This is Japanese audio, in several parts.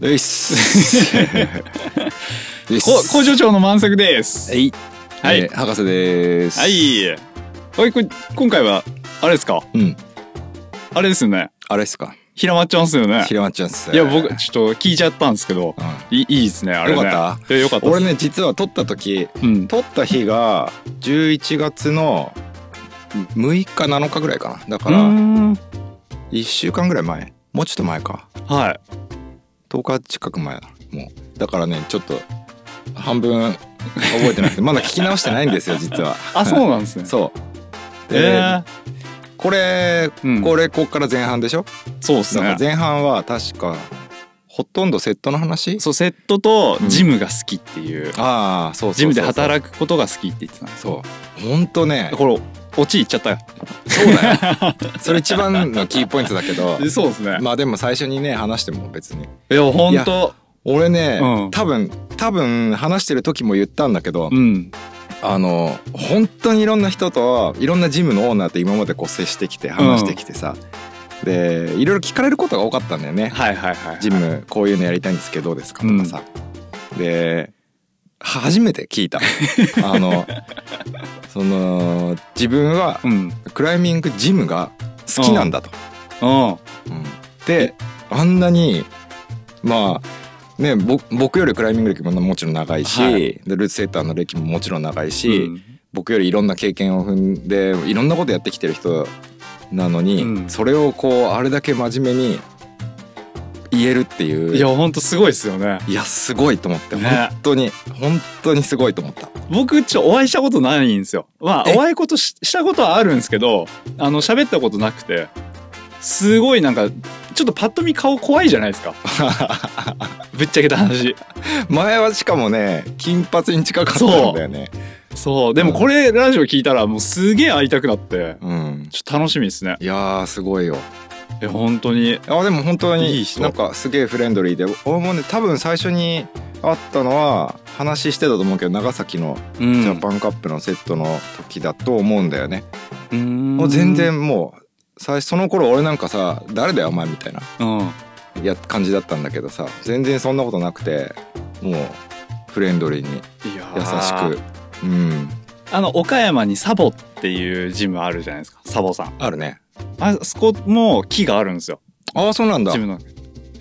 ういっ すですこ工場長の満足ですはい、はいえー博士ですはいはいこ今回はあれですかうんあれですよねあれっすか広まっちゃうんすよね広まっちゃうんっすいや僕ちょっと聞いちゃったんですけどうんいいいですねあれねよかったいやよかったっす俺ね実は撮った時うん撮った日が11月の6日7日ぐらいかなだかうらーん1週間ぐらい前もうちょっと前かはい10日近く前だもうだからねちょっと半分覚えてなくてまだ聞き直してないんで すよ実はあそうなんですねそうえで、ーこれうんこれこっから前半でしょ、そうですだからね前半は確かほとんどセットの話そうセットとジムが好きっていう、ああそうそうそうジムで働くことが好きって言ってたんですくそうほんとねこれ落ちいっちゃったよそうだよそれ一番のキーポイントだけどそうですねまあでも最初にね話しても別にいや本当俺ね、うん多分多分話してる時も言ったんだけど、うんあの本当にいろんな人といろんなジムのオーナーと今までこう接してきて話してきてさ、でいろいろ聞かれることが多かったんだよね、はいはいはいジムこういうのやりたいんですけどどうですかとかさ、で初めて 聞いたあのその自分はうんクライミングジムが好きなんだと。うんうんであんなにまあねぼ僕よりクライミング歴ももちろん長いし、はいでルーツセッターの歴ももちろん長いし、うん僕よりいろんな経験を踏んでいろんなことやってきてる人なのに、うんそれをこうあれだけ真面目に言えるっていういや本当すごいですよねいやすごいと思って、ね本当に本当にすごいと思った。僕ちょっとお会いしたことないんですよまあえお会いことししたことはあるんですけどあの喋ったことなくてすごいなんかちょっとパッと見顔怖いじゃないです かぶっちゃけた話前はしかもね金髪に近かったんだよね。そうでもこれラジオ聞いたらもうすげえ会いたくなってうん、ちょっと楽しみですねいやーすごいよ。え本当にあでも本当いいに人なんかすげえフレンドリーで俺もね多分最初に会ったのは話してたと思うけど長崎のうジんャパンカップのセットの時だと思うんだよね。うーんもう全然もう最その頃俺なんかさ「誰だよお前」みたいなうんや感じだったんだけどさ全然そんなことなくてもうフレンドリーにいや優しーくうんあの岡山にサボっていうジムあるじゃないですかサボさんあるねあそこも木があるんですよああそうなんだジへムの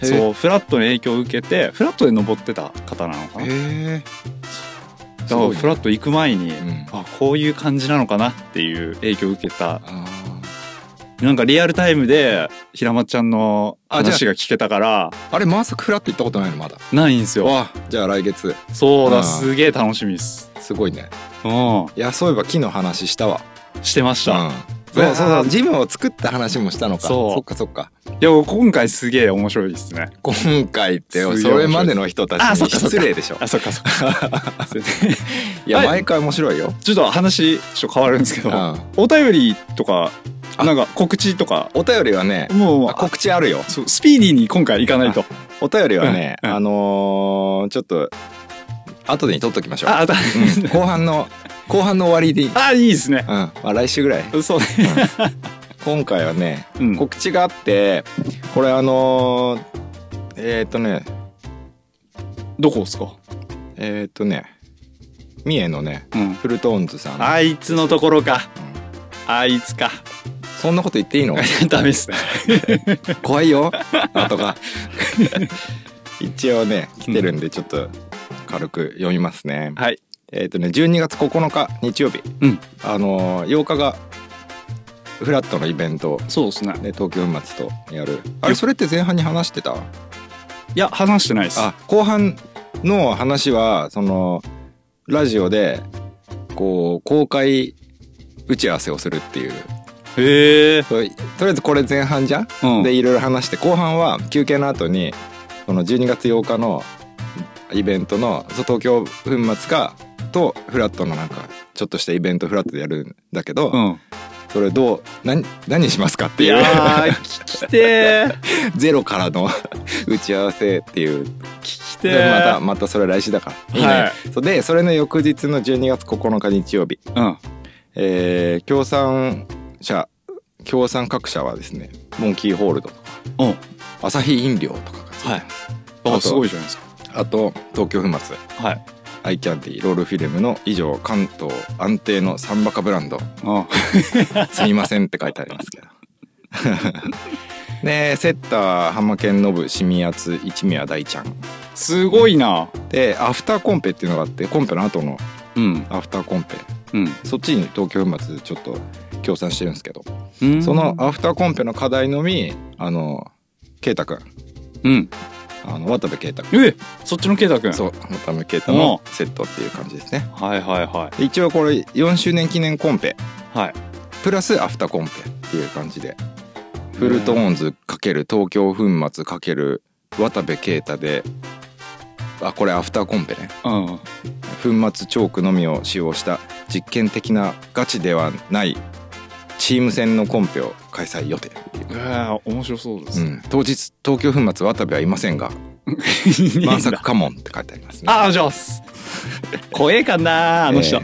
えそうフラットに影響を受けてフラットで登ってた方なのかなだえすからごいねフラット行く前に、うんあこういう感じなのかなっていう影響を受けたあなんかリアルタイムで平間ちゃんのあじゃあ話が聞けたからーあれ満足フラット行ったことないのまだないんですよわじゃあ来月そううだんすげえ楽しみですすごいねうんいやそういえば木の話したわしてましうた、んそうそうあそうージムを作った話もしたのかそうそっかそっかでも今回すげえ面白いですね今回ってすごいそれまでの人たちあそにっかそっか失礼でしょあそっかそっ かすいませんいやはい毎回面白いよちょっと話ちょっと変わるんですけど、うんお便りとかあなんか告知とかお便りはねもうあ告知あるよあそうスピーディーに今回行かないとお便りはね、うんうんあのーちょっと後でに取っときましょう、ああたうん後半の後半の終わりでいい、うんあいいですねまあ、来週ぐらいそうね今回はねうん告知があってこれあのーえーっ、とねどこですかえーっ、とね三重のねうんフルトーンズさんあいつのところかあいつかそんなこと言っていい のダメっすね怖いよあ とが一応ね来てるんでちょっと軽く読みますね、はいえっ、とね12月9日日曜日、うんあのー8日がフラットのイベントをそうですねね東京粉末とやるあれそれって前半に話してたいや話してないですあ後半の話はそのラジオでこう公開打ち合わせをするっていうへえととりあえずこれ前半じゃん、うんでいろいろ話して後半は休憩の後にその12月8日のイベントのそう東京粉末かとフラットのなんかちょっとしたイベントフラットでやるんだけど、うんそれどう何何しますかっていいうやー聞きてー ゼロからの 打ち合わせっていう聞きてでーまたまたそれ来週だからいいね、はそうでそれの翌日の12月9日日曜日、うんえー協賛社協賛各社はですねモンキーホールドとかうんアサヒ飲料とかが、はいああとすごいじゃないですかあと東京粉末はいアイキャンディロールフィルムの以上関東安定のサンバカブ ランドあすみませんって書いてありますけど でセッター浜県ノブシミアツ一宮大ちゃんすごいなでアフターコンペっていうのがあってコンペの後のうんアフターコンペうんそっちに東京粉末ちょっと協賛してるんですけどうんそのアフターコンペの課題のみあの圭太君うんあの渡部圭太君えそっちの圭太君そう渡部圭太のセットっていう感じですねはいはいはで一応これ4周年記念コンペいはいプラスアフターコンペっていう感じでフルトーンズ×東京粉末×渡部圭太であこれアフターコンペねうん粉末チョークのみを使用した実験的なガチではないチーム戦のコンペを開催予定っていうえー、面白そうでうす、ん、当日東京粉末渡部はいませんが 「満作かカモン」って書いてありますねああじゃあす怖えかなあの人、え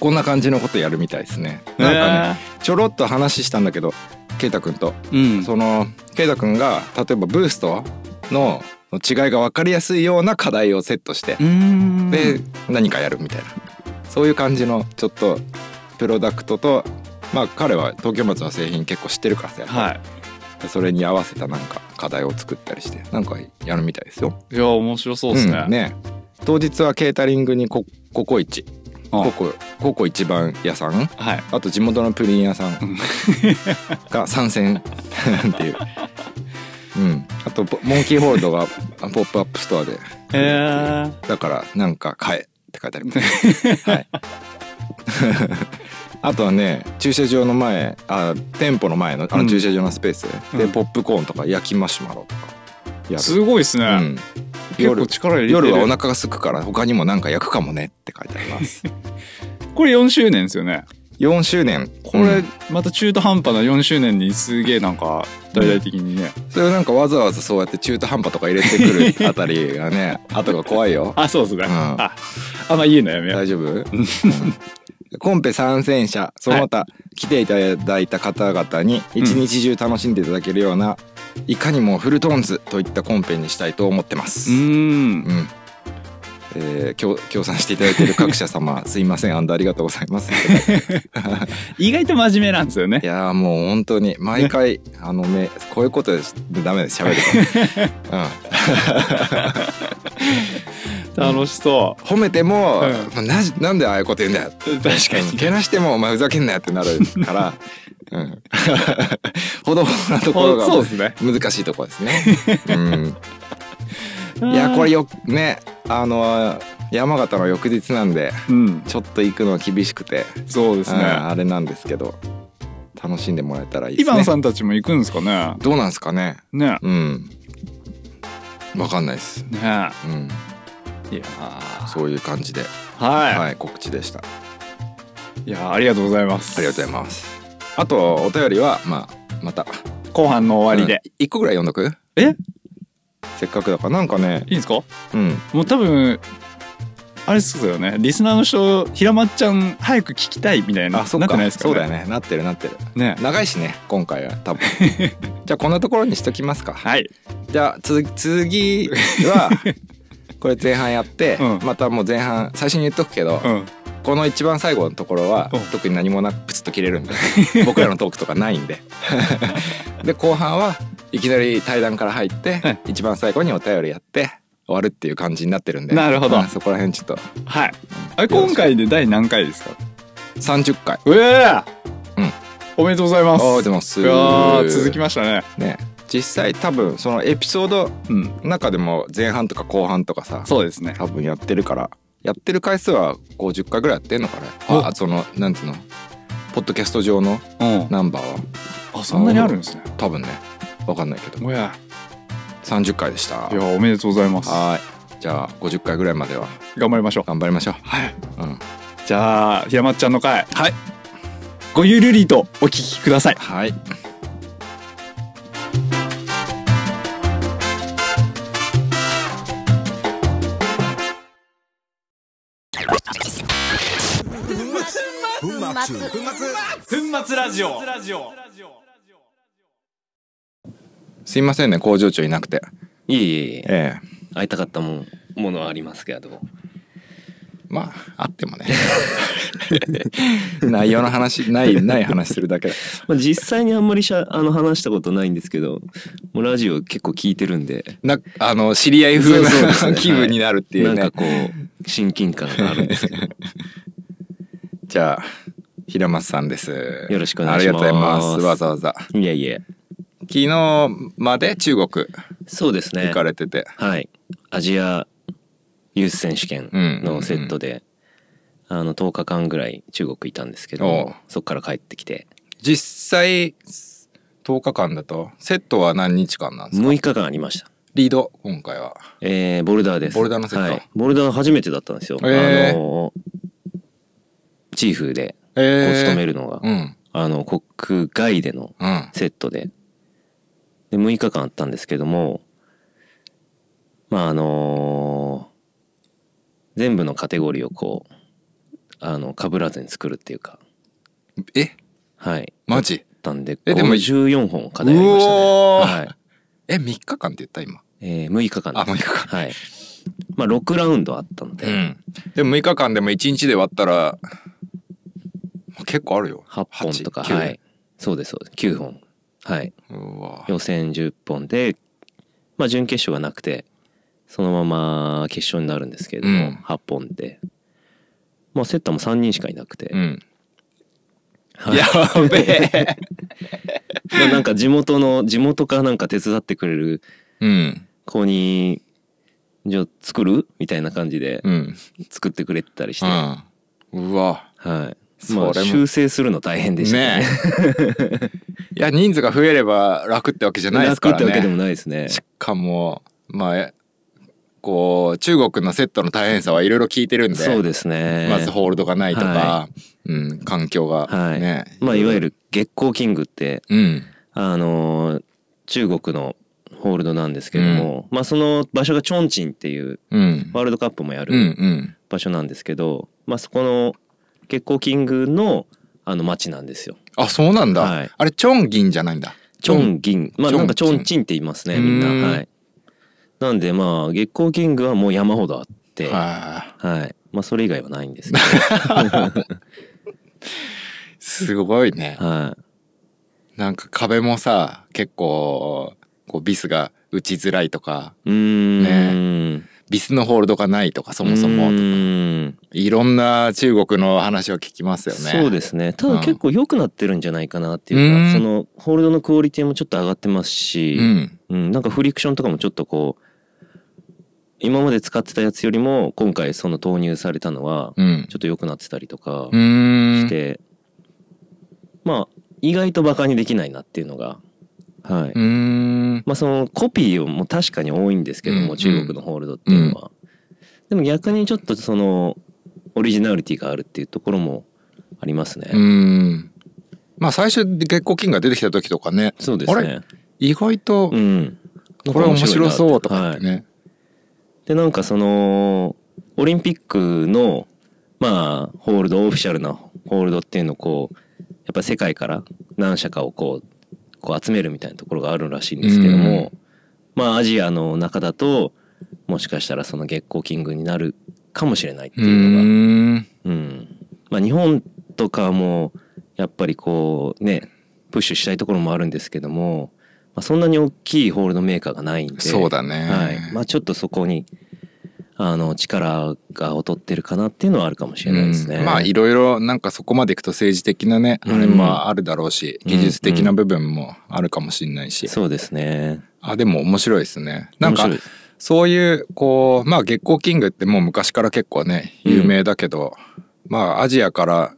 こんな感じのことやるみたいですねなんかねちょろっと話したんだけど圭太君とえーうんその圭太君が例えばブーストの違いが分かりやすいような課題をセットしてうーんで何かやるみたいなそういう感じのちょっとプロダクトとまあ彼は東京松の製品結構知ってるからさやっぱりはそれに合わせたなんか課題を作ったりしてなんかやるみたいですよ。いいや面白そうですね,、んね当日はケータリングにコココイチあココココ一番屋さんはいあと地元のプリン屋さうんんが参戦っていう。うん、あとポモンキーホールドがあポップアップストアでえー、だからなんか買えって書いてあります。はい。 あとはね駐車場の前あ店舗の前のあうのん駐車場のスペースで、うんポップコーンとか焼きマシュマロとかやる。すごいですね、うん、結構力入れてる夜はお腹が空くから他にもなんか焼くかもねって書いてあ ります。これ4周年ですよね4周年これ、うんまた中途半端な4周年にすげえなんか大々的にね、それをなんかわざわざそうやって中途半端とか入れてくるあたり がね後が怖いよ。あそうですね、うんああんま言うのやめよう大丈夫、 うんコンペ参戦者その他来ていただいた方々に一日中楽しんでいただけるような、いかにもフルトーンズといったコンペにしたいと思ってまうす。ーんうんえー協協賛していただいている各社様 すいませんアンダーありがとうござい ます。い意外と真面目なんですよねやーもう本当に毎回あのねこういうことでダメです喋る から、うん楽しそう、褒めても、うなじなんでああいうこと言うんだよ確かうんけなしてもお前ふざけんなよってなるから、 うん、ほどほどなところそうがですね難しいところですね。うん、いやこれよねあの山形の翌日なんでうんちょっと行くのは厳しくて、そうですうんねあれなんですけど楽しんでもらえたらいいでイすバね。ンさんたちも行くんですかねどうなんですかねねうんわかんないです。ねうん、いやーそういう感じで、はい、はい、告知でした。い、やーありがとうございますありがとうございます。あとお便りはまあまたます後半の終わりで、うん一個ぐらい読んどくえせっかくだからなんかねいいんですかうんもう多分あれっすよねリスナーの人平松ちゃん早く聞きたいみたいなあそっなかってないですかそねうだよねなってるなってるね長いしね今回は 多分じゃあこんなところにしときますか、はいじゃあつ次 はこれ前半やって、うんまたもう前半最初に言っとくけど、うんこの一番最後のところはうん特に何もなくプツッと切れるんで 僕らのトークとかないんでで後半はいきなり対談から入って、はい一番最後にお便りやって終わるっていう感じになってるんでなるほどうんそこら辺ちょっとはいあれ今回で第何回ですか30回うえうんおめでとうございますああでもすいやー続きまましたねね実際多分そのエピソードうんの中でも前半とか後半とかさそうですね多分やってるからやってる回数は50回ぐらいやってんのかねおあそのなんていうのポッドキャスト上のうんナンバーはあそんなにあるんですね多分ね分かんないけどおや30回でしたいやおめでとうございますはーいじゃあ50回ぐらいまでは頑張りましょう頑張りましょうはいうんじゃあ平松ちゃんの回はいごゆるりとお聞きくださいはい粉末ラジオすいませんね工場長いなくていえいえいえええ会いたかったもんものはありますけどまああってもね 内容の話ないない話するだけだまあ実際にあんまりしゃあの話したことないんですけどもうラジオ結構聞いてるんでなあの知り合い風そうそ うですなね気分になるっていうねなんかこう親近感があるんですけどじゃあ平松さんですよろしくお願いあしますりがとうございますわざわざ いやいや昨日まで中国そうですね行かれてて、はいアジアユース選手権のセットで、あの10日間ぐらい中国いたんですけおどうそっから帰ってきて実際10日間だとセットは何日間なんですか6日間ありましたリード今回はえー、ボルダーです。ボルダーのセットはい、ボルダー初めてだったんですよ。へーあのーチーフでこうえ務めるるのが、うんあの国外でのうんセットでで6日間あったんですけどもまああのー全部のカテゴリーをこうあの被らずに作るっていうかえはいマジなんでえでも54本課題ありましたね。うおーはいえ3日間って言った今えー、6日間ですあ6日間はいまあ6ラウンドあったので、うんでも6日間でも1日で割ったら結構あるよ8本とか八九はいそうですそうです9本はいうわ予選10本でまあ準決勝がなくてそのまま決勝になるんですけれども、うん8本でまあセッターも3人しかいなくて、うんはいやべえ まあなんか地元の地元かなんか手伝ってくれるうん子にじゃあ作るみたいな感じでうん作ってくれてたりして、うんうわはいそれまもあ修正するの大変でしたねね えいや人数が増えれば楽ってわけじゃないです楽かっらてねわけで もないですねしかもまあえこう中国のセットの大変さはいろいろ聞いてるん でそうですねまずホールドがないとか、はうん、環境が、はいねまあ、いわゆる月光キングって、うんあのー中国のホールドなんですけども、まあ、その場所がチョンチンっていううんワールドカップもやうんうるん場所なんですけど、まあ、そこの月光キングのあの町なんですよ。あそうなんだ、はいあれチョンギンじゃないんだチョンギン。まあチョンなんかチョンチンって言いますね、みんな。うんはい。なんでまあ月光キングはもう山ほどあって、は。はいまあそれ以外はないんですけいすごいね ど、はい。なんか壁もさ結構こうビスが打ちづらいとかうーん。ビスのホールドがないとかそもそうもーんいろんな中国の話を聞きますよねそうですねたうだん結構良くなってるんじゃないかなっていうか、うんそのホールドのクオリティもちょっと上がってますし、うんうんなんかフリクションとかもちょっとこう今まで使ってたやつよりも今回その投入されたのはうんちょっと良くなってたりとうかーしんて、まあ意外とバカにできないなっていうのがはうい、ーんまあそのコピーをも確かに多いんですけども、うん中国のホールドっていうのは、でも逆にちょっとそのオリジナリティがあるっていうところもありますね、うーんまあ最初で月光金が出てきた時とかねそうですあね意外とうんこれ面白そうとなかんっか面白ていなってはいねでなんかそのオリンピックのまあホールドオフィシャルなホールドっていうのをこうやっぱ世界から何社かをこうこう集めるみたいなところがあるらしいんですけども、まあアジアの中だともしかしたらその月光キングになるかもしれないってうーいうのがんうんまあ、日本とかもやっぱりこうねプッシュしたいところもあるんですけども、まあ、そんなに大きいホールドメーカーがないんでそうだねはいまあ、ちょっとそこにあの力が劣ってるかなっていうのはあるかもしれないですね。うんまあいろいろなんかそこまでいくと政治的なね、うんあれもあるだろうしうん技術的な部分もあるかもしれないし、そうですね。あでも面白いですねなんか面白いですそういうこうまあ月光キングってもう昔から結構ねうん有名だけど、まあアジアから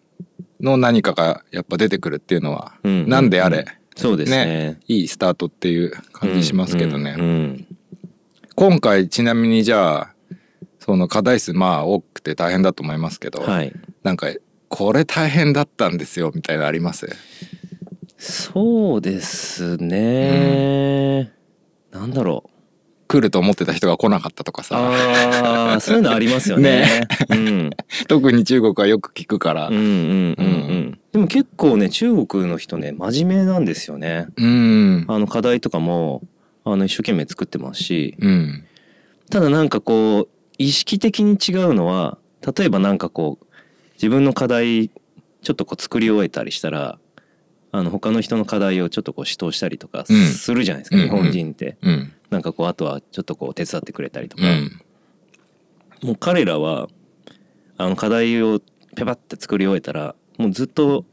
の何かがやっぱ出てくるっていうのは、うんうんなんであれ、そうですね。いいスタートっていう感じしますけどね、うんうん今回ちなみにじゃあその課題数まあ多くて大変だと思いますけど、うんはい。なんかこれ大変だったんですよみたいなのありますそうですね。なんだろう。来ると思ってた人が来なかったとかさああ、そういうのありますよね。うん。特に中国はよく聞くからうんうんうんうん、でも結構ね中国の人ね真面目なんですよねうんあの課題とかもあの一生懸命作ってますしうんただなんかこう意識的に違うのは例えばなんかこう自分の課題ちょっとこう作り終えたりしたらあの他の人の課題をちょっとこう指導したりとかうんするじゃないですか、うんうん日本人って。うんなんかこうあとはちょっとこう手伝ってくれたりとか、うんもう彼らはあの課題をペパって作り終えたらもうずっと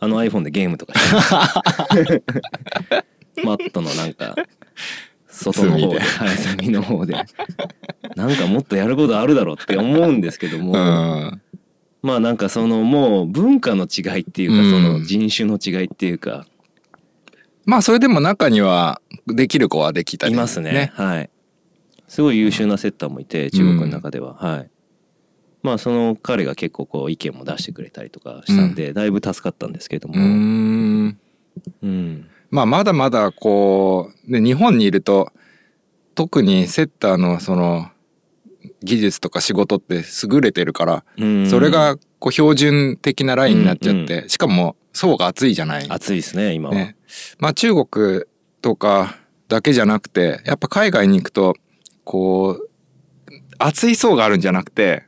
あの iPhone でゲームとか してるマットのなんか外の方隅でではい隅の方でなんかもっとやることあるだろうって思うんですけども、うんまあなんかそのもう文化の違いっていうか、うんその人種の違いっていうかまあそれでも中にはできる子はできたりいますねはいすごい優秀なセッターもいて中国の中では、はいまあその彼が結構こう意見も出してくれたりとかしたんで、だいぶ助かったんですけれどもうーんうんまあまだまだこうで日本にいると特にセッターのその技術とか仕事って優れてるから、うんそれがこう標準的なラインになっちゃって、うんしかも層が厚いじゃない。熱いですね今は、ねまあ、中国とかだけじゃなくてやっぱ海外に行くとこう厚い層があるんじゃなくて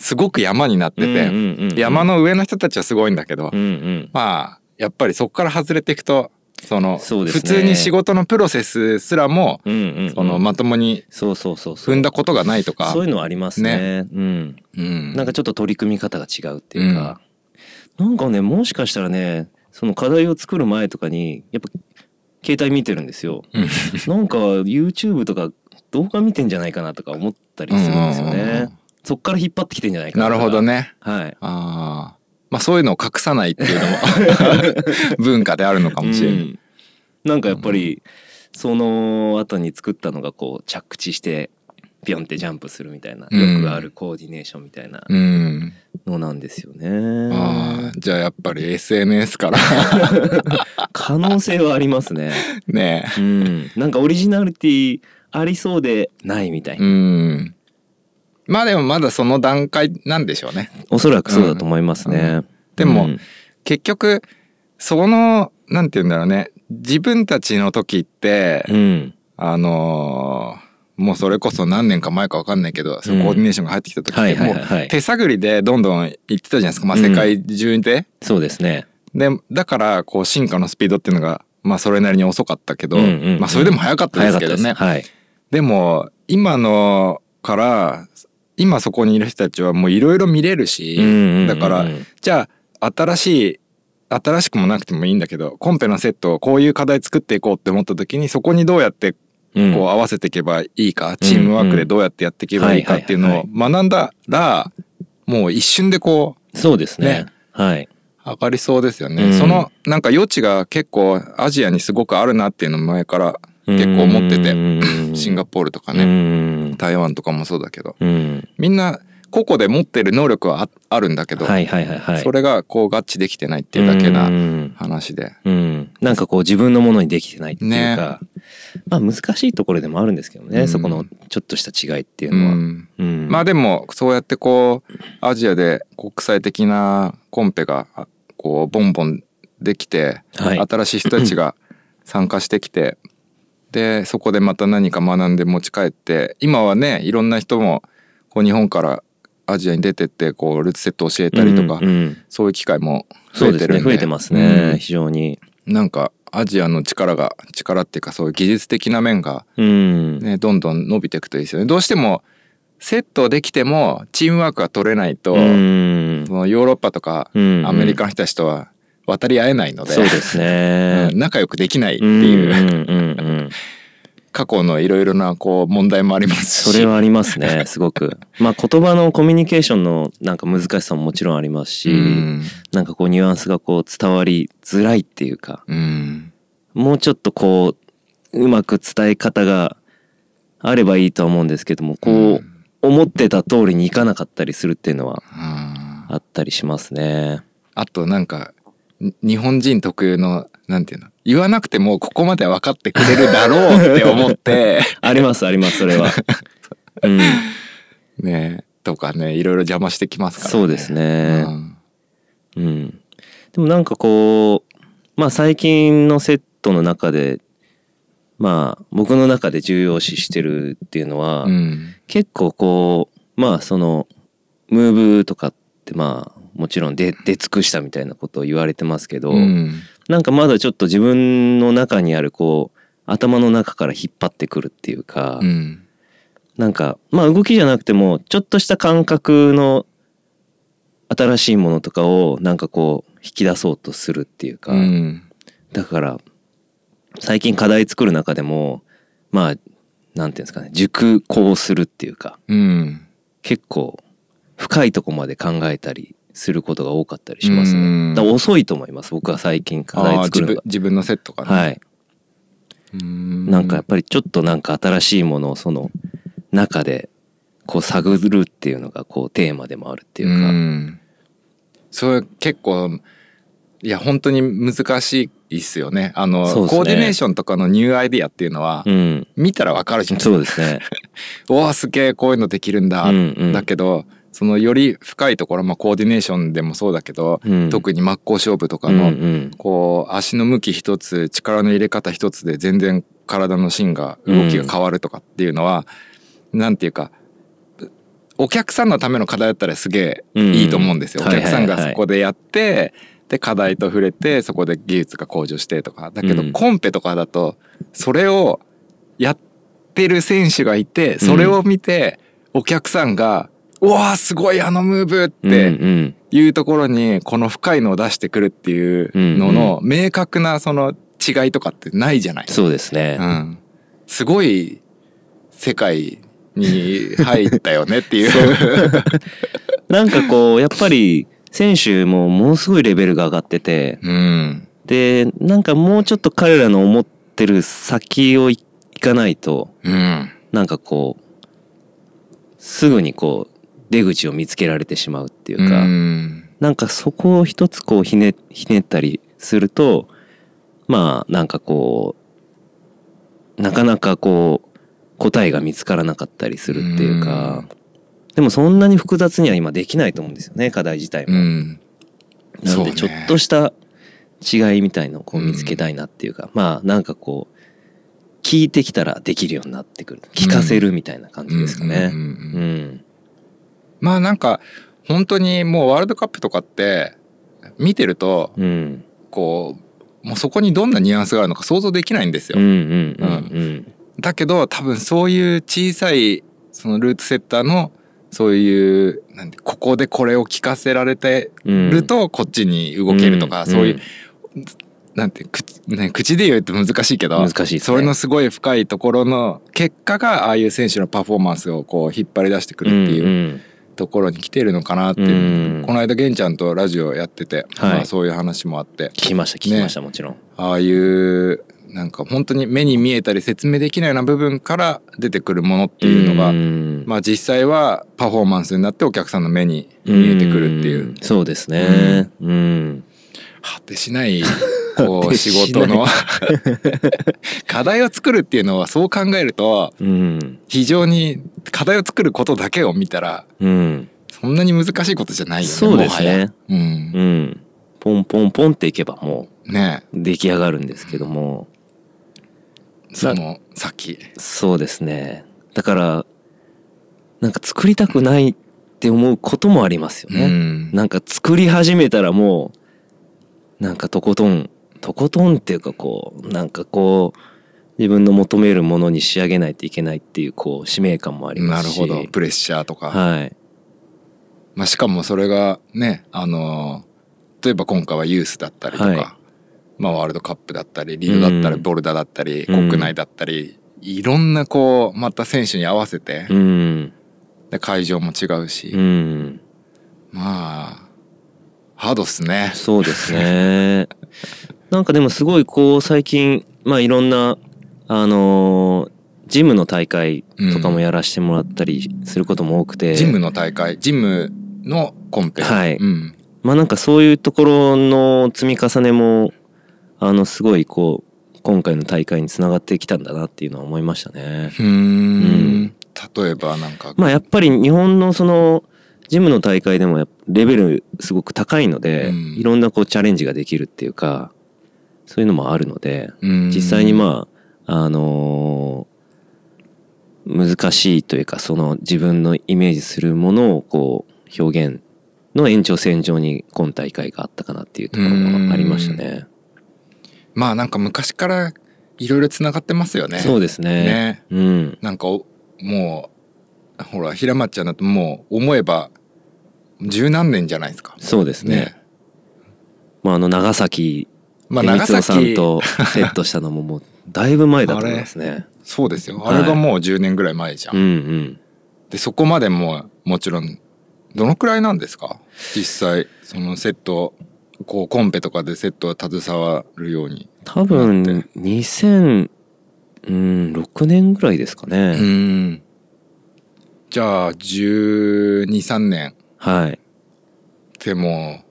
すごく山になってうんて、うんうんうん山の上の人たちはすごいんだけど、うんうんまあやっぱりそこから外れていくとそのそうですね普通に仕事のプロセスすらも、うんうんうんそのまともにそうそうそうそう踏んだことがないとかそういうのはありますねうんうんなんかちょっと取り組み方が違うっていうか、なんかねもしかしたらねその課題を作る前とかにやっぱ携帯見てるんですようんなんか YouTube とか動画見てんじゃないかなとか思ったりするんですよね、うんうんうんうんそっから引っ張ってきてんじゃないかななとるかほどね。はいああ。まあそういうのを隠さないっていう のも文化であるのかもしれうない。んなんかやっぱり、その後に作ったのがこう着地してピョンってジャンプするみたいな、うんよくあるコーディネーションみたいなうん。のなんですよね、ああ、じゃあやっぱり SNS から 可能性はありますね、ねうん、なんかオリジナリティありそうでないみたいえ。うな、ん。まあでもまだその段階なんでしょうね。おそらくそうだと思いますね、うんでもうん結局、その、なんて言うんだろうね。自分たちの時って、うんあのーもうそれこそ何年か前か分かんないけど、そのコーディネーションが入ってきた時はっいて、はいもはいはうい手探りでどんどん行ってたじゃないですか。まあ世界中で。そうですねでだからこう進化のスピードっていうのがまあそれなりに遅かったけど、うんうんうんまあそれでも早かったで早すかっけたどですね。はいでも今のから今そこにいる人たちはもういろいろ見れるし、うんうんうんうんだからじゃあ新しい新しくもなくてもいいんだけどコンペのセットをこういう課題作っていこうって思った時にそこにどうやってこううん合わせていけばいいか、チームワークでどうやってやっていけばいいかっていうのを学んだらもう一瞬でこうそうですねねはい上がりそうですよね、うんそのなんか余地が結構アジアにすごくあるなっていうのも前から結構思っててシンガポールとかうね、ん台湾とかもそうだけどうんみんな個々で持ってる能力はああるんだけど、はいはいはいはいそれっれがこう合致できてないっていうだけうなん話で。うんなんかこう自分のものにできてないっていうか、まあ難しいところでもあるんですけどね、うんそこのちょっとした違いっていううのは、んうんまあでもそうやってこうアジアで国際的なコンペがこうボンボンできて、はい新しい人たちが参加してきてでそこでまた何か学んで持ち帰って今はねいろんな人もこう日本からアジアに出てってこうルーツセット教えたりとか、うんうんそういう機会も増そうえでてするんねで増えてますね、非常にうんなんかアジアの力が力っていうかそういう技術的な面がうん、ね、どんどん伸びていくといいですよね。どうしてもセットできてもチームワークが取れないと、うんそのヨーロッパとかうんアメリカの人たちとは渡り合えないので、そうですねう、ん仲良くできないっていう、うんうんうんうん過去のいろいろなこう問題もありますしそれはありま すね、すごく。まあ言葉のコミュニケーションのなんか難しさももちろんありますし、うんなんかこうニュアンスがこう伝わりづらいっていうか、うんもうちょっとこう、うまく伝え方があればいいとは思うんですけども、こう、思ってた通りにいかなかったりするっていうのはああったりしますね。あとなんかに日本人特有のなんていうの言わなくてもここまでは分かってくれるだろうって思ってありますあります、それ は。うん、ねとかねいろいろ邪魔してきますから、ね、そうですねう。んうん、でもなんかこうまあ最近のセットの中でまあ僕の中で重要視してるっていうのは、うん結構こうまあそのムーブとかってまあもちろん出出尽くしたみたいなことを言われてますけど、うんなんかまだちょっと自分の中にあるこう頭の中から引っ張ってくるっていうか、うんなんかまあ動きじゃなくてもちょっとした感覚の新しいものとかをなんかこう引き出そうとするっていうか、うんだから最近課題作る中でもまあなんていうんですかね熟考するっていうかうん結構深いとこまで考えたりすることが多かったりしますうね。んだから遅いと思います僕は最近課あ題あ作自るの分が。自分のセットかな、はい、うんなんかやっぱりちょっとなんか新しいものをその中でこう探るっていうのがこうテーマでもあるっていうか、んそれ結構いや本当に難しいっすよねあのそうですねコーディネーションとかのニューアイディアっていうのは、うん、見たらわかるじゃんそうですね。うわすげえこういうのできるんだ、うんうんだけどそのより深いところ、まあ、コーディネーションでもそうだけど、うん特に真っ向勝負とかうんうの、んこう足の向き一つ力の入れ方一つで全然体の芯が動きが変わるとかっていうのは、なんていうかお客さんのための課題だったらすげうえんいいと思うんですよ、はいはいおはい客さんがそこでやってで課題と触れてそこで技術が向上してとかだけど、うんコンペとかだとそれをやってる選手がいてそれを見てお客さんが「うわーすごいあのムーブ!」っうんてうんいうところにこの深いのを出してくるっていうのの明確なその違いとかってないじゃない、そうですねう。ん、すごい世界に入ったよねっていうなんかこうやっぱり選手もものすごいレベルが上がってて、 うんでなんかもうちょっと彼らの思ってる先を行かないとうんなんかこうすぐにこう出口を見つけられてしまうっていうか、うんなんかそこを一つこうひねひねったりするとまあなんかこうなかなかこう答えが見つからなかったりするっていうか、でもそんなに複雑には今できないと思うんですよね課題自体うも。んなんでちそうょねっとした違いみたいのをこう見つけたいなっていうか、まあなんかこう聞いてきたらできるようになってくる聞かせるみたいな感じですかうねんうんううんん、うんまあなんか本当にもうワールドカップとかって見てるとうん、うんこうもうそこにどんなニュアンスがあるのか想像できないんですようんう。んうんだけど多分そういう小さいそのルーツセッターのそういうなんてここでこれを聞かせられてうんるとこっちに動けるとか、んそういうなんて口,、ね、口で言うと難しいけど難しいですねそれのすごい深いところの結果がああいう選手のパフォーマンスをこう引っ張り出してくるっていううんうんところに来てるのかなっていう、うんこの間玄ちゃんとラジオやってて、はいまあ、そういう話もあって聞きました聞きました、もちろんああいうなんか本当に目に見えたり説明できないような部分から出てくるものっていうのが、んまあ実際はパフォーマンスになってお客さんの目に見えてくるっていう、んそうですねうん、果てしないこ 果うて仕しない事の 課題を作るっていうのはそう考えるとうん非常に課題を作ることだけを見たらうんそんなに難しいことじゃないよねそうですもはやねうんうんポンポンポンっていけばもうね出来上がるんですけどもえその先そうですねだからなんか作りたくないって思うこともありますようね、んなんか作り始めたらもうなんかとことんとことんっていうかこうなんかこう自分の求めるものに仕上げないといけないっていうこう使命感もありまなするしほどプレッシャーとか、はいまあ、しかもそれがねあの例えば今回はユースだったりとか、はいまあ、ワールドカップだったりリードだったり、うんボルダーだったりうん国内だったり、いろんなこうまた選手に合わせて、うんで会場も違うし、うんまあハードっすね。そうですね。なんかでもすごいこう最近、まあいろんな、あのージムの大会とかもやらしてもらったりすることも多くて、ジムの大会ジムのコンペ、はいうんまあなんかそういうところの積み重ねも、あのすごいこう、今回の大会につながってきたんだなっていうのは思いましたね。ふーんうん例えばなんか、まあやっぱり日本のその、ジムの大会でもやっぱレベルすごく高いので、うんいろんなこうチャレンジができるっていうか、そういうのもあるので、うん実際にあまあのー難しいというかその自分のイメージするものをこう表現の延長線上に今大会があったかなっていうところもありましたね。まあなんか昔からいろいろつながってますよね。そうですねねうん、なんかおもうほら平松ちゃんだともう思えば十何年じゃないですか。そうですね。まあ、あの長崎まあ光長雄さん崎とセットしたのももうだいぶ前だと思いますね。そうですよ。はいあれがもう10年ぐらい前じゃん。うんうん。でそこまでもうもちろんどのくらいなんですか実際そのセットこうコンペとかでセットは携わるように。多分だっ2006年ぐらいですかうね。ん。じゃあ12、3年はい。でも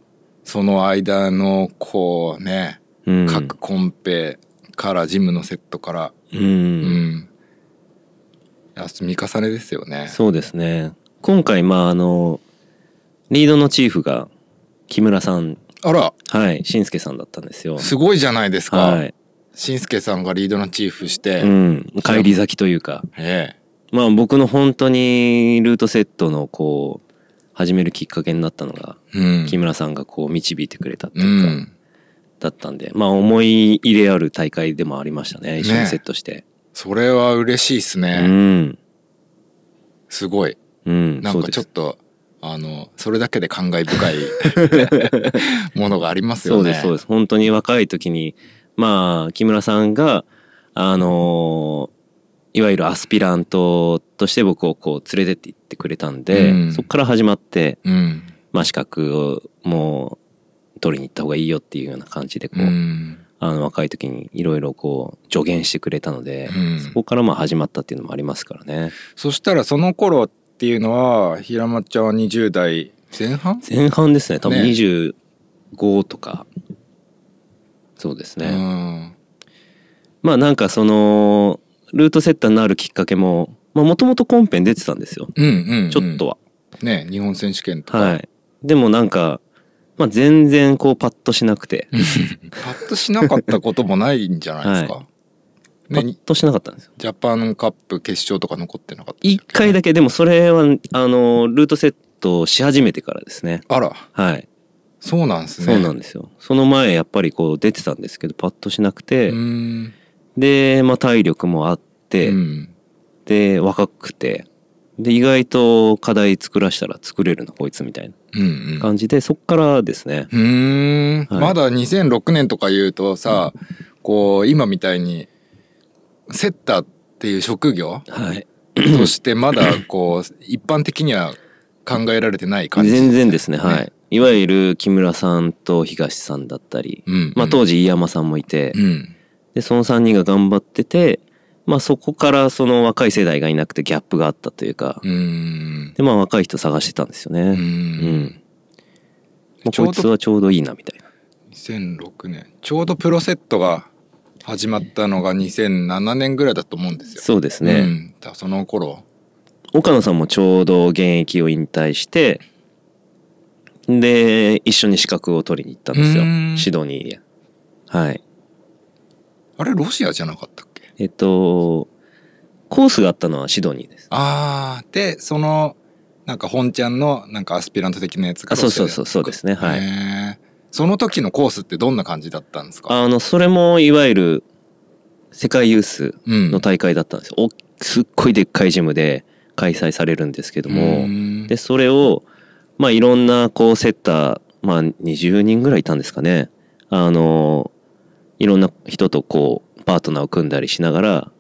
その間のこうねうん、各コンペからジムのセットからううん、んいや積み重ねですよねそうですね。今回、まあ、あの、リードのチーフが木村さん、あらはい、しんすけさんだったんですよ。すごいじゃないですか、はい。しんすけさんがリードのチーフして、うん。帰り咲きというか、ええまあ、僕の本当にルートセットの、こう、始めるきっかけになったのが、うん木村さんがこう、導いてくれたってういうか、んだったんで、まあ、思い入れある大会でもありましたね。一緒にセットして。それは嬉しいですね、うん。すごいうん。なんかちょっと、とあのそれだけで感慨深い ものがありますそようねです、そうです。本当に若い時に、まあ、木村さんが、あのーいわゆるアスピラントとして僕をこう連れてって行ってくれたんで、うんそこから始まって、うん、まあ、資格をもう取りに行った方がいいよっていうような感じでこうう、ん、あの若い時にいろいろこう助言してくれたので、うんそこからまあ始まったっていうのもありますからねそしたらその頃っていうのは平松ちゃんは20代前半前半ですね多分ね25とか、そうですね、うんまあなんかそのルートセッターになるきっかけももともとコンペに出てたんですようんうんうんちょっとは、ね日本選手権とか、はいでもなんか、まあ、全然こうパッとしなくてパッとしなかったこともないんじゃないですか、はパねッとしなかったんですよジャパンカップ決勝とか残ってなかったでし一たっけ回だけでもそれはあのルートセットをし始めてからですねあらはいそうなんですねそうなんですよその前やっぱりこう出てたんですけどパッとしなくて、うーんで、まあ、体力もあって、うんで若くてで意外と課題作らしたら作れるなこいつみたいうんうんな感じで、そっからですねうーんはいまだ2006年とか言うとさこう今みたいにセッターっていう職 業はいとしてまだこう一般的には考えられてない感じ全然ですねはいねいわゆる木村さんと東さんだったり、うんうんまあ、当時飯山さんもいて、うんでその3人が頑張ってて、まあ、そこからその若い世代がいなくてギャップがあったというか、うーんでまあ若い人探してたんですようねうん、んまあちょうこどいつはちょうどいいなみたいな2006年ちょうどプロセットが始まったのが2007年ぐらいだと思うんですよ。そうですうね、ん、だからその頃岡野さんもちょうど現役を引退してで一緒に資格を取りに行ったんですようんシドニーへはいあれロシアじゃなかったっけえっとコースがあったのはシドニーですああでそのなんか本ちゃんのなんかアスピラント的なやつがあそうそうロシそアうそうですねはいへーその時のコースってどんな感じだったんですかあのそれもいわゆる世界ユースうんの大会だったんですよ、おすっごいでっかいジムで開催されるんですけども、うんでそれをまあいろんなこうセッターまあ20人ぐらいいたんですかねあのいろんな人とこうパートナーを組んだりしながら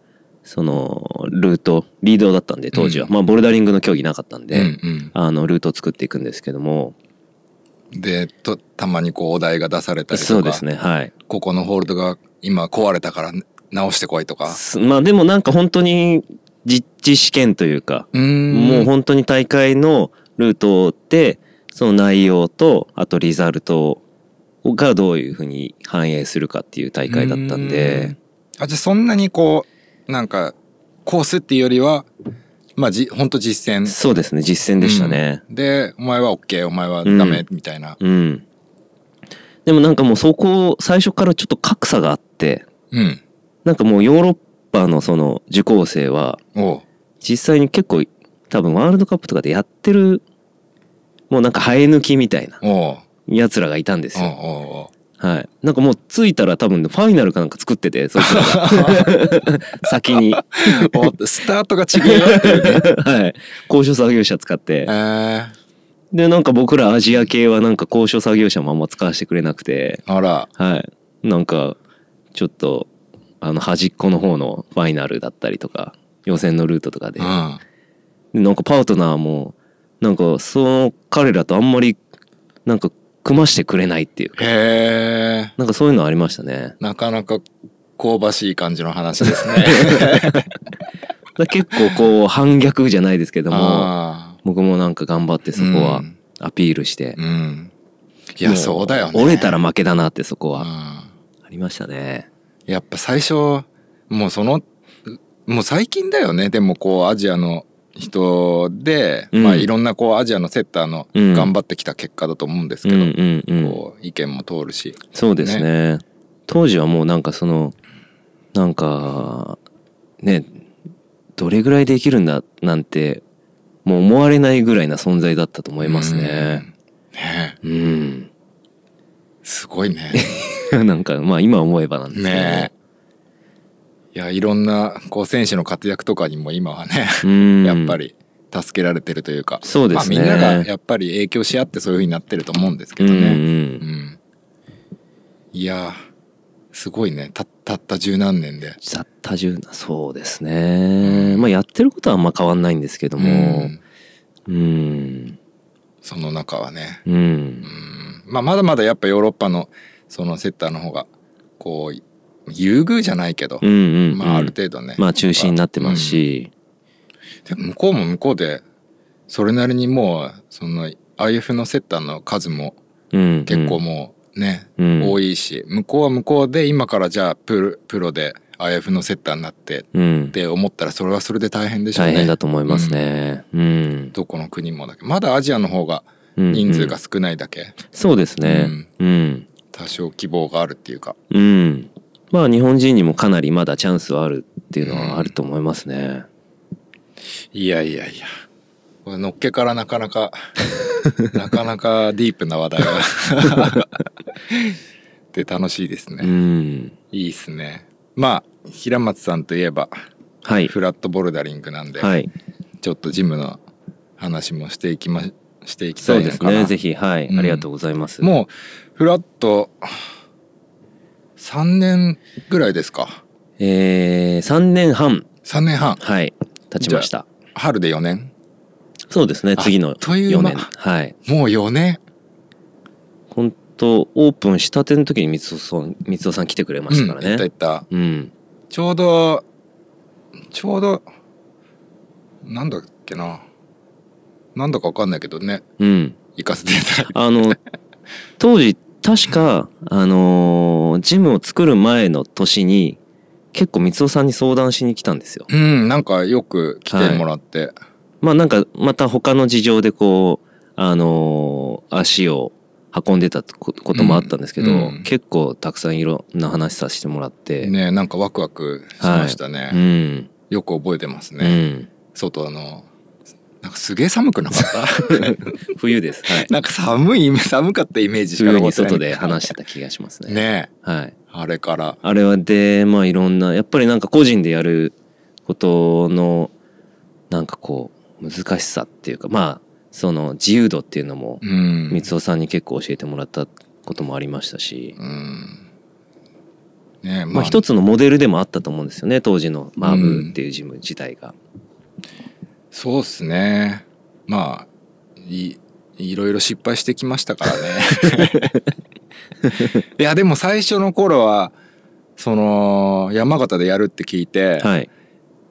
そのルートリードだったんで当時は、うんまあボルダリングの競技なかったんで、うんあのルートを作っていくんですけどもうん、でとたまにこうお題が出されたりとかそうですねはいここのホールドが今壊れたから直してこいとかすまあでもなんか本当に実地試験というか、もう本当に大会のルートを追ってその内容とあとリザルトがどういうふうに反映するかっていう大会だったんでうんあじゃあそんなにこうなんかコースっていうよりはまあじ本当実践そうですね実践でしたねうんでお前は OK お前はダメみたいなうん、でもなんかもうそこ最初からちょっと格差があってうんなんかもうヨーロッパーのその受講生は、おう実際に結構、多分ワールドカップとかでやってる、もうなんか生え抜きみたいなおう奴らがいたんですおう よ。おうはい。なんかもう着いたら多分ファイナルかなんか作ってて、そいつらが先に。はおうおスタートが違うよっていうねい。高所作業車使って え。ー、で、なんか僕らアジア系はなんか高所作業車もあんま使わせてくれなくて、あらはい。なんか、ちょっと、あの、端っこの方のファイナルだったりとか、予選のルートとかでう。んでなんかパートナーも、なんか、その彼らとあんまり、なんか、組ましてくれないっていう。へえなんかそういうのありましたね。なかなか香ばしい感じの話ですねだ結構こう、反逆じゃ ないですけども、あ僕もなんか頑張ってーそこはうんアピールして。うんいもやそうだよね折れたら負けだなってそこはうんありましたね。やっぱ最初もうそのもう最近だよねでもこうアジアの人で、うんまあ、いろんなこうアジアのセッターのうん頑張ってきた結果だと思うんですうんけど、うんうん。こう意見も通るし、そうですね当時はもうなんかそのなんかねどれぐらいできるんだなんてもう思われないぐらいな存在だったと思いますねうんねうん、 えすごいねなんかまあ今思えばなんですけどねえいやいろんなこう選手の活躍とかにも今はね、うんやっぱり助けられてるというかそうですねまあ、みんながやっぱり影響し合ってそういうふうになってると思うんですけどね、うんうんうん、いやーすごいねたたった十何年で。ざったじゅうなそうですねまあやってることはあんま変わんないんですけどもんうんその中はね、うん、うんまあ、まだまだやっぱヨーロッパのそのセッターの方がこう優遇じゃないけど、うんうんうんまあ、ある程度ね、まあ中心になってますし、でも向こうも向こうでそれなりにもうその IF のセッターの数もうんうん結構もうね、うん多いし向こうは向こうで今からじゃあプロプロで IF のセッターになってうんって思ったらそれはそれで大変でしょうね大変だと思いますね。うん。どこの国もだけどまだアジアの方がうん人数が。少ないだけ、そうですね。うん。多少希望があるっていうかうん。まあ日本人にもかなりまだチャンスはあるっていうのはあると思いますね。いやいやいやこれのっけからなかなか なかなかディープな話題が で楽しいですね、うん。いいっすねまあ平松さんといえばはい。フラットボルダリングなんで、はい。ちょっとジムの話もしていきましていきたそいうでのすかなね。ぜひ。はうい。んありがとうございます。もうフラット3年ぐらいですかえー、3年半。 3年半はい。経ちました。春で4年そうですね。あ次のという4間年。はい。もう4年本当オープンしたての時に三尾さん、三尾さん来てくれましたかうん、いらったいねっ。たうん。ちょうどちょうどなんだっけななんだかわかんないけどねうん。行かせていただいて あの、当時、確か、あのージムを作る前の年に、結構光雄さんに相談しに来たんです よ。うんなんかよく来てもらって、まあなんか、また他の事情でこう、あのー足を運んでたここともあったんですけど、うんうん結構たくさんいろんな話させてもらって、ねなんかワクワクしましたね、うん、よく覚えてますうね、 ん。外のなんかすげえ寒くなか った冬です。 はい。なんか寒い寒かったイメージしか冬残にってない外で話してた気がしま すね。ねはい。あれからあれはで、まあいろんな、やっぱりなんか個人でやることの、なんかこう、難しさっていうか、まあ、その自由度っていうのも、うん三尾さんに結構教えてもらったこともありましたし、うんねまあ一つのモデルでもあったと思うんですよね、当時のマーブっていうジム自体が。そうっすね。まあ、い、いろいろ失敗してきましたから ね。いや、でも最初の頃は、その、山形でやるって聞いて、はい。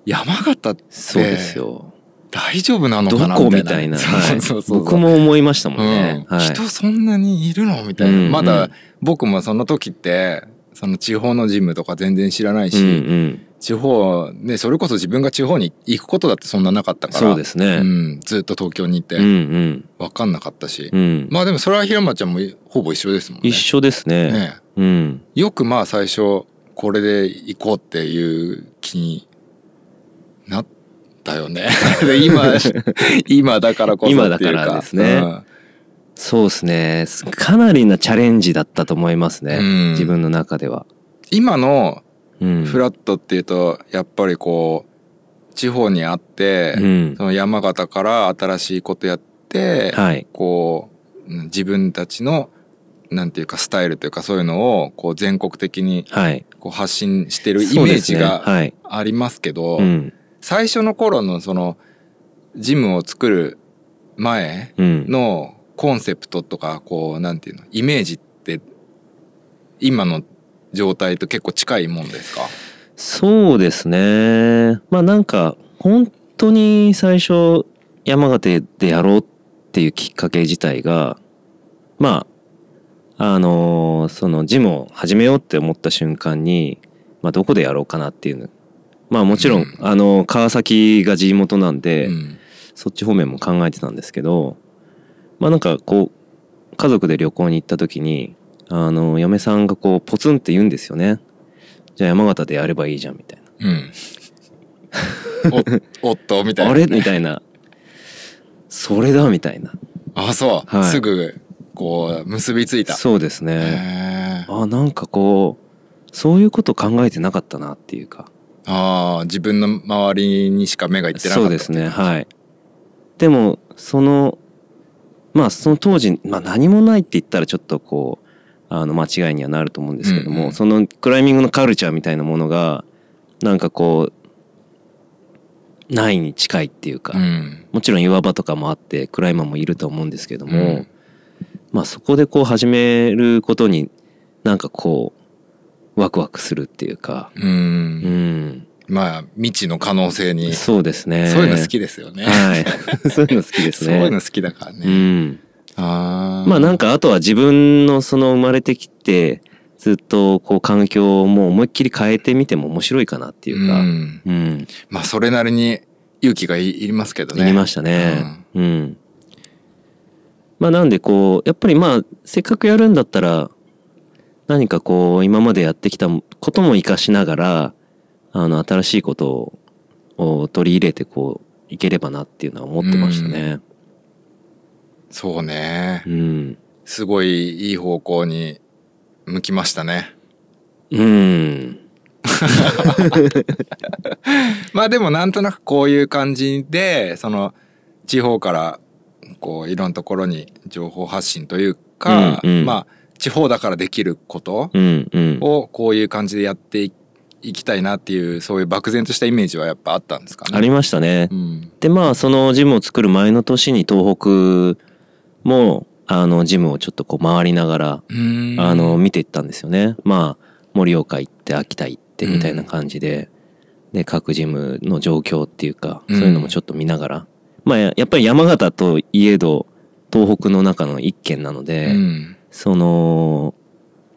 山形ってそうですよ。大丈夫なのどかなこみたいな。はそういそうそう。僕も思いましたもんうんね。はい。人そんなにいるのみたいな。うんまうだん僕もその時って、その地方のジムとか全然知らないうんし、うん。地方、ね、それこそ自分が地方に行くことだってそんななかったから、そうですねう。ん、ずっと東京にいて、うんうん。分かんなかったし、うん。まあでもそれは平間ちゃんもほぼ一緒ですもんね一緒ですね。ねうん。よくまあ最初これで行こうっていう気になったよ ねで今今だからこそっていうか今だからですねそうですねかなりなチャレンジだったと思いますね、うん自分の中では、今のうん、フラットっていうとやっぱりこう地方にあって、うんその山形から新しいことやって、はいこううん自分たちのなんていうかスタイルというかそういうのをこう全国的にはいこう発信してるイメージそうですねがはい、ありますけどうん最初の頃のそのジムを作る前うん、のコンセプトとかこうなんていうのイメージって今の状態と結構近いもんですかそうですねまあなんか本当に最初山形でやろうっていうきっかけ自体がまああのーそのジムを始めようって思った瞬間に、まあ、どこでやろうかなっていうのまあもちろん、うんあの川崎が地元なんで、うんそっち方面も考えてたんですけどまあなんかこう家族で旅行に行った時にあの嫁さんがこうポツンって言うんですよねじゃあ山形でやればいいじゃんみたいうん、おおっとみたいななあれみたいなそれだみたいなあそう、はいすぐこう結びついたそうですねへーあなんかこうそういうこと考えてなかったなっていうかああ自分の周りにしか目がいってなかったそうですねはいでもそのまあその当時、まあ、何もないって言ったらちょっとこうあの間違いにはなると思うんですけども、うんうんそのクライミングのカルチャーみたいなものがなんかこうないに近いっていうか、うんもちろん岩場とかもあってクライマーもいると思うんですけども、うんまあそこでこう始めることになんかこうワクワクするっていうか、ううんん、まあ未知の可能性に、そうですねそういうの好きですよね、 はい。そういうの好きですそうね。いうの好きだからうね、ん。ああまあなんかあとは自分のその生まれてきて、ずっとこう環境をもう思いっきり変えてみても面白いかなっていうか、うん。ん、まあそれなりに勇気がいいりますけどねいりましたね。うん。まあなんでこう、やっぱりまあせっかくやるんだったら、何かこう今までやってきたことも活かしながら、あの新しいことをを取り入れてこういければなっていうのは思ってましたね。そうねうん。すごいいい方向に向きましたねうん。まあでもなんとなくこういう感じでその地方からこういろんなところに情報発信というか、うんうんまあ地方だからできることうんうん。をこういう感じでやっていいきたいなっていうそういう漠然としたイメージはやっぱあったんですかね。ありましたねう。んでまあそのジムを作る前の年に東北もあのジムをちょっとこう回りながら、うんあの見ていったんですよね。まあ盛岡行って秋田行ってみたいな感じで、で各ジムの状況っていうかそういうのもちょっと見ながら、まあややっぱり山形といえど東北の中の一県なので、うんその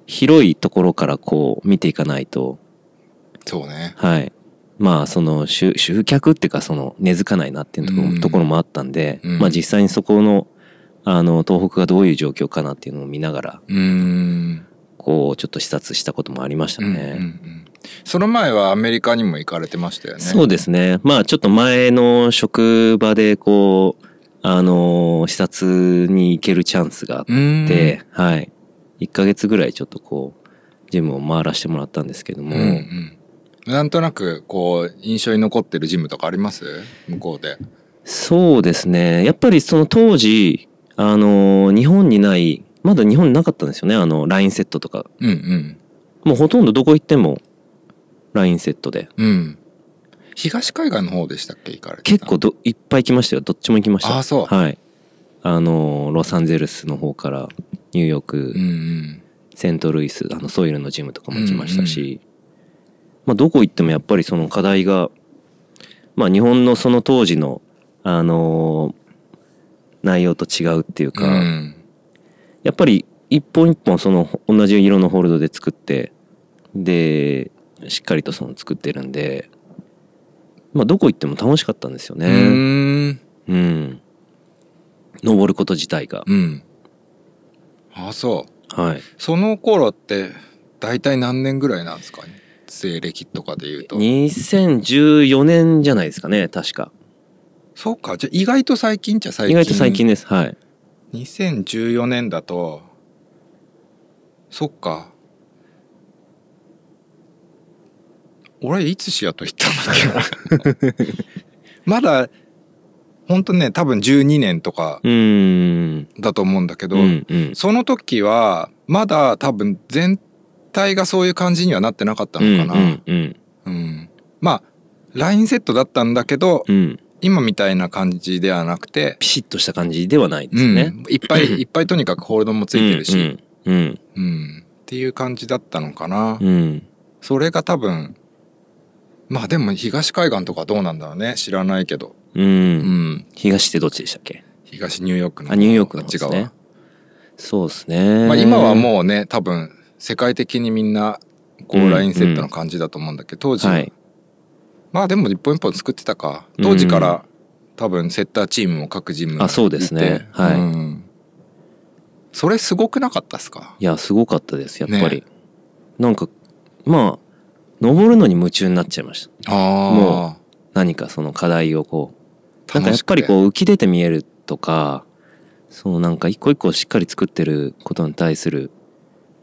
広いところからこう見ていかないとそうね。はい。まあ、その集、集客っていうか、その、根付かないなっていうところ,、うんところもあったんで、うんまあ実際にそこの、あの、東北がどういう状況かなっていうのを見ながら、うんこう、ちょっと視察したこともありましたうんうね。んうんその前はアメリカにも行かれてましたよね。そうですね。まあ、ちょっと前の職場で、こう、あの、視察に行けるチャンスがあっうんて、はい。1ヶ月ぐらいちょっとこう、ジムを回らせてもらったんですけども、うんうん、なんとなくこう印象に残ってるジムとかあります向こうで。そうですね。やっぱりその当時、あの、日本にない、まだ日本になかったんですよね。あの、ラインセットとか。うんうんもうほとんどどこ行っても、ラインセットで。うん。東海岸の方でしたっけ行かれてた結構ど、いっぱい来ましたよ。どっちも行きました。あそうはい。あの、ロサンゼルスの方から、ニューヨーク、うんうんセントルイス、あの、ソイルのジムとかも行きましたし、まあ、どこ行ってもやっぱりその課題が、まあ、日本のその当時の、あの内容と違うっていううか、んやっぱり一本一本その同じ色のホールドで作ってでしっかりとその作ってるんでまあどこ行っても楽しかったんですようねーんうん、登ること自体がうんあそうはいその頃って大体何年ぐらいなんですかね西暦とかで言うと2014年じゃないですかね確かそうかじゃあ意外と最近っちゃ最近意外と最近ですはい2014年だとそっか俺いつシアトル行ったんだっけ まだほんとね多分12年とかうーんだと思うんだけど、うんうんその時はまだ多分全体がそういう感じにはなってなかったのかな、うんうんうんまあラインセットだったんだけど、うんうん今みたいな感じではなくて、ピシッとした感じではないですうんね、いっぱいいっぱいとにかくホールドもついてるし、うんうんうん、っていう感じだったのかな、うんうんそれが多分まあでも東海岸とかどうなんだろうね知らないけど、うんうん、東ってどっちでしたっけ東ニューヨークのあニューヨークあの方っでちす側、ねそうですねまあ、今はもうね多分世界的にみんなこうんうラインセットの感じだと思うんだけど当時、はいまあでも一本一本作ってたか当時から多分セッターチームも各チームがあそうですねいてはいうんそれすごくなかったっすかいやすごかったですやっぱり、ねなんかまあ登るのに夢中になっちゃいましたああも何かその課題をこうなんかやっぱりこう浮き出て見えるとかそうなんか一個一個しっかり作ってることに対する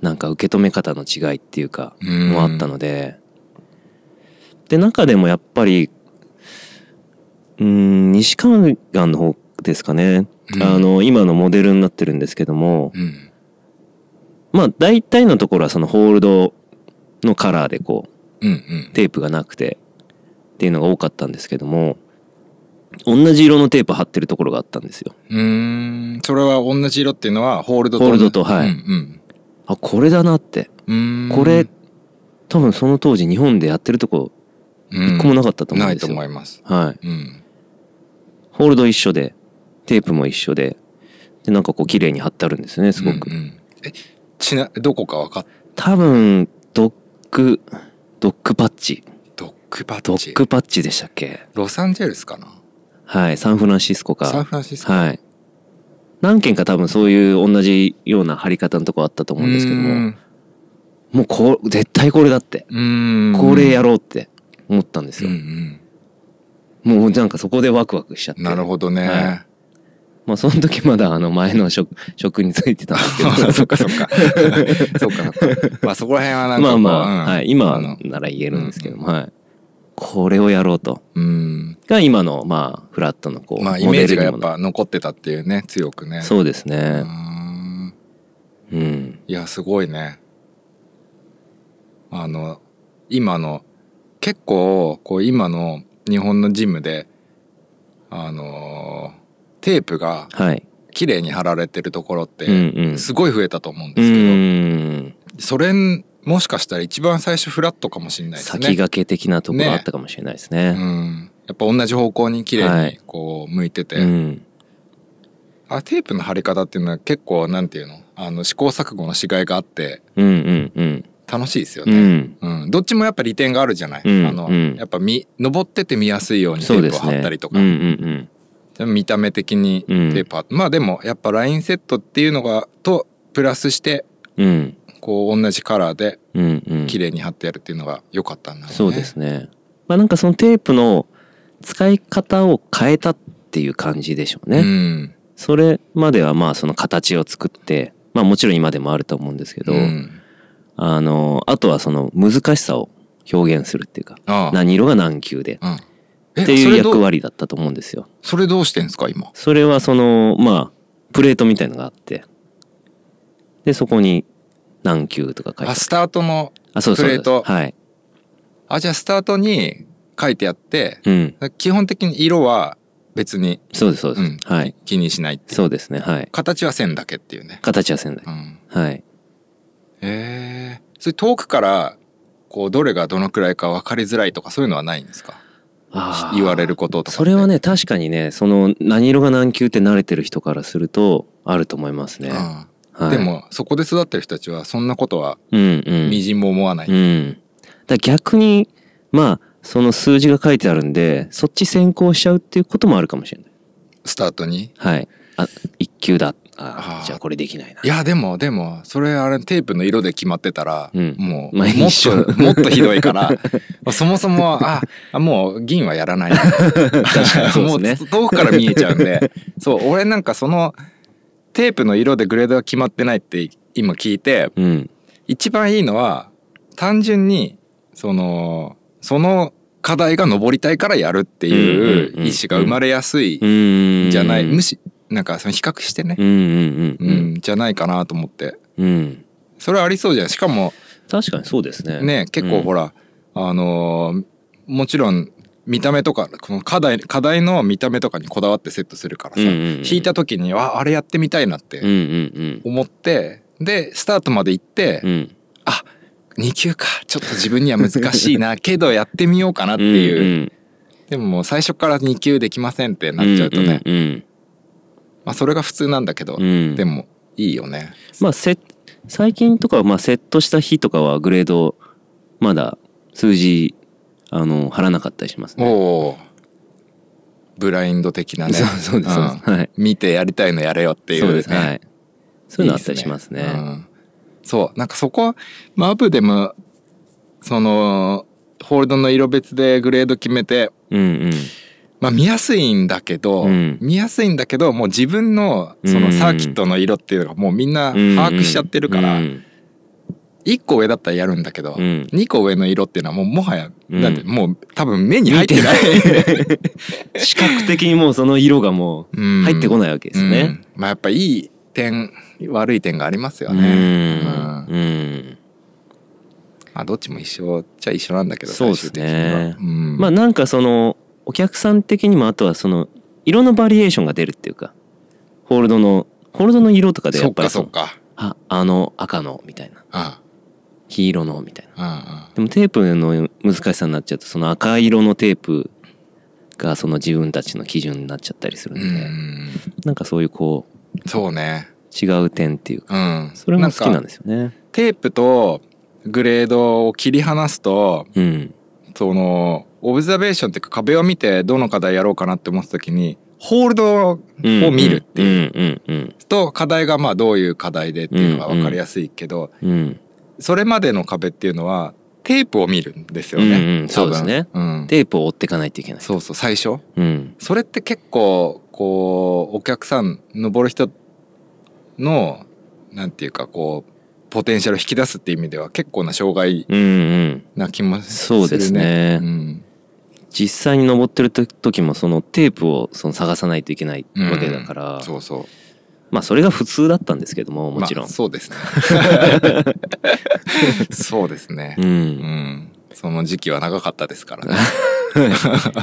なんか受け止め方の違いっていうかうんもあったので、で中でもやっぱりうん西海岸の方ですかね、うんあの今のモデルになってるんですけども、うんまあ大体のところはそのホールドのカラーでこううんうんテープがなくてっていうのが多かったんですけども同じ色のテープ貼ってるところがあったんですようーんそれは同じ色っていうのはホールドとホールドとはいうんあこれだなってうんうーんこれ多分その当時日本でやってるとこ一個もなかったと思うんないでとすよ、思いますはいうんホールド一緒でテープも一緒ででなんかこう綺麗に貼ってあるんですねすごく、うんうんえちなどこか分かっ多分ドックドックパッチドックパドッチックパッチでしたっけロサンゼルスかなはいサンフランシスコかサンフランシスコはい何件か多分そういう同じような貼り方のとこあったと思うんですけども、もうこう、絶対これだって。うんこれやろうって思ったんですうよんう。んもうなんかそこでワクワクしちゃって。なるほどね、はいまあその時まだあの前の職、職についてたんですけ 。どそっかそっかそっかそっかまあそこら辺はなんかまこあうまあ、うんはい。今あのなら言えるんですけども、はい。これをやろうと。うんが今の、まあ、フラットのこう、まあイモメーデジルがやっにもなぱ残ってたっていうね強くねそうですうね。んうん。いやすごいねあの今の結構こう今の日本のジムであのーテープがはい。綺麗に貼られてるところっうんてうん。すごい増えたと思うんうですけど、ん。それもしかしたら一番最初フラットかもしれないですね先駆け的なところがあったかもしれないですうね。んやっぱ同じ方向に綺は麗にいこう向いてて、うん。あテープの貼り方っていうのは結構なんていうのあの試行錯誤のしがいがあってうんうんうん。楽しいですようね、ん。うん、どっちもやっぱ利点があるじゃない、うんあのうんやっぱ見登ってて見やすいようにテそうーでプをす貼ね。ったりとうか、んうん見た目的にテうんープ貼って、まあでもやっぱラインセットっていうのがとプラスしてうん。うん。こう同じカラーでうんうん、綺麗に貼ってやるっていうのが良かったんだろうね、そうですねまあなんかそのテープの使い方を変えたっていう感じでしょうね、うんそれまではまあその形を作ってまあもちろん今でもあると思うんですけど、うんあのあとはその難しさを表現するっていうかああ何色が何級でうん、えっていうそれ役どう割だったと思うんですよそれどうしてんすか今それはそのまあプレートみたいのがあってでそこに何級とか書いてあスタートのあそうですプレートはいあじゃあスタートに書いてあってうん基本的に色は別にそうですそうです、うんはい気にしないっていうそうですねはい形は線だけっていうね、形は仙台うん、はい。へえそれ遠くからこうどれがどのくらいか分かりづらいとかそういうのはないんですか言われることとかってそれはね、確かにね、その何色が何級って慣れてる人からすると、あると思いますね。うんはで、い、もそこで育ってる人たちはそんなことはうんうみん。じんも思わない、うん。だから逆に、まあ、その数字が書いてあるんで、そっち先行しちゃうっていうこともあるかもしれない。スタートにはい。あ、一急だあああーじゃあこれできないないやでもでもそれあれテープの色で決まってたら、うんもうもまあっ一緒ともっとひどいから そもそもああもう銀はや らないもそううです遠くから見えちゃうんでそう俺なんかそのテープの色でグレードが決まってないって今聞いてうん一番いいのは単純にそのその課題が上りたいからやるっていう意思が生まれやすいうんじゃない、む視しなんかその比較してねう、んうんうんうんじゃないかなと思ってうん、うん、それはありそうじゃないしかも確かにそうですねね結構ほら、あのーもちろん見た目とかこの課題課題の見た目とかにこだわってセットするからさ、うんうんうん引いた時にああれやってみたいなっうんてうん思って、でスタートまで行って、うんうんあ2級かちょっと自分には難し いなけどやってみようかなっていう、うんでももう最初から2級できませんってうんなっちゃうとね、うんまあ、それが普通なんだけど、うんうんでもいいよね。まあせ最近とかはまあセットした日とかはグレードまだ数字あの貼らなかったりしますねおーブラインド的なねそうそうです、そうですはいうん見てやりたいのやれよっていう、ね、そうですはいそういうのあったりしますねうんそうなんかそこマップでもそのホールドの色別でグレード決めてうんまあ見やすいんだけど、うん見やすいんだけどもう自分のそのサーキットの色っていうのがもうみんなうんうん把握しちゃってるから、うん1個上だったらやるんだけど、うん2個上の色っていうのはもうもはや、うんだってもう多分目に入ってない視覚的にもうその色がもう入ってこないないわけですね。まあやっぱいい点悪い点がありますようんね、うんうんまあどっちも一緒っちゃ一緒なんだけどそうで最すね終的にはうんまあなんかそのお客さん的にもあとはその色のバリエーションが出るっていうかホールドのホールドの色とかでやそっっぱりかそそのっかああの赤のみたいなあ黄色のみたいな。ああでもテープの難しさになっちゃうとその赤色のテープがその自分たちの基準になっちゃったりするうんんで、なんかそういうこうそうね違う点っていうかうんそれも好きなんかですよね。テープとグレードを切り離すとうんそのオブザベーションっていうか壁を見てどの課題やろうかなって思った時にホールドをを見るっていう。うんうんと課題がまあどういう課題でっていうのが分かりやすいけど、うんうんそれまでの壁っていうのはテープを見るんですよね、うんうんそうですね多分、うんテープを追っていかないといけない。そうそう最初うんそれって結構こうお客さん登る人のなんていうかこうポテンシャルを引き出すっていう意味では結構な障害うんうん。な気もするね。そうですねうん実際に登ってると時もそのテープをその探さないといけないうんわけだから、そうそう。まあそれが普通だったんですけどももちろん、まあそうです ね。そうですねう。ん、うん。その時期は長かったですからね。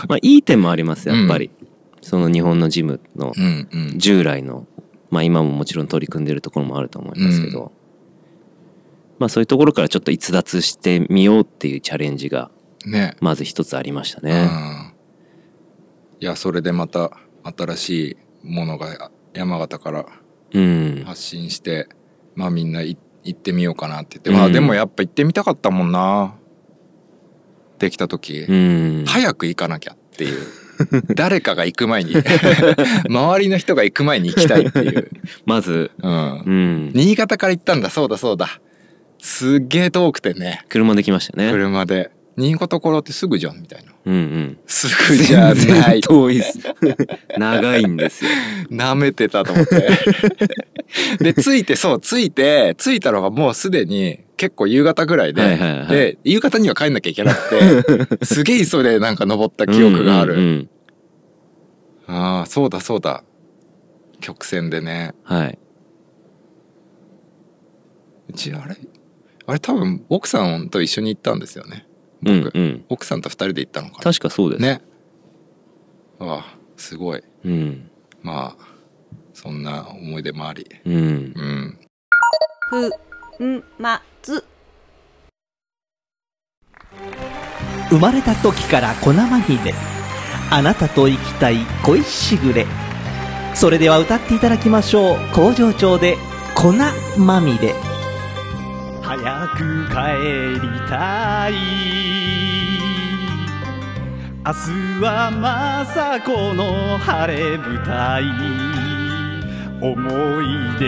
まあいい点もありますやっぱり、その日本のジムのうんうん。従来のまあ今ももちろん取り組んでるところもあると思いますけど、まあそういうところからちょっと逸脱してみようっていうチャレンジがね。まず一つありましたうんね。。いや、それでまた新しいものが山形からうん、発信して、まあみんない行ってみようかなって言って、うんまあでもやっぱ行ってみたかったもんなできた時、うん、早く行かなきゃって いう誰かが行く前に 周りの人が行く前に行きたいって いう、まず、うん、うん、新潟から行ったんだそうだそうだすっげえ遠くてね車で来ましたね。車で新潟からってすぐじゃんみたいなうんうん。すぐじゃない遠いっす。 長いんですよ。舐めてたと思って。 で、着いて、そう、着いて、着いたのがもうすでに結構夕方ぐらいで、はいはいはいで、夕方には帰んなきゃいけなく て、すげえ急いでなんか登った 記憶がある。うんうんうんああ、そうだそうだ。曲線でね。はい。うち、あれあれ多分奥さんと一緒に行ったんですよね。う僕、んうん。奥さんと二人で行ったのか確かそうでな。す。。ね。ああ、すごい。うん。まあ、そんな思い出もあり。うんう。ん。ふんまつ生まれた時から粉まみれあなたと生きたい恋しぐれそれでは歌っていただきましょう工場長で粉まみれ早く帰りたい明日はまさこの晴れ舞台思い出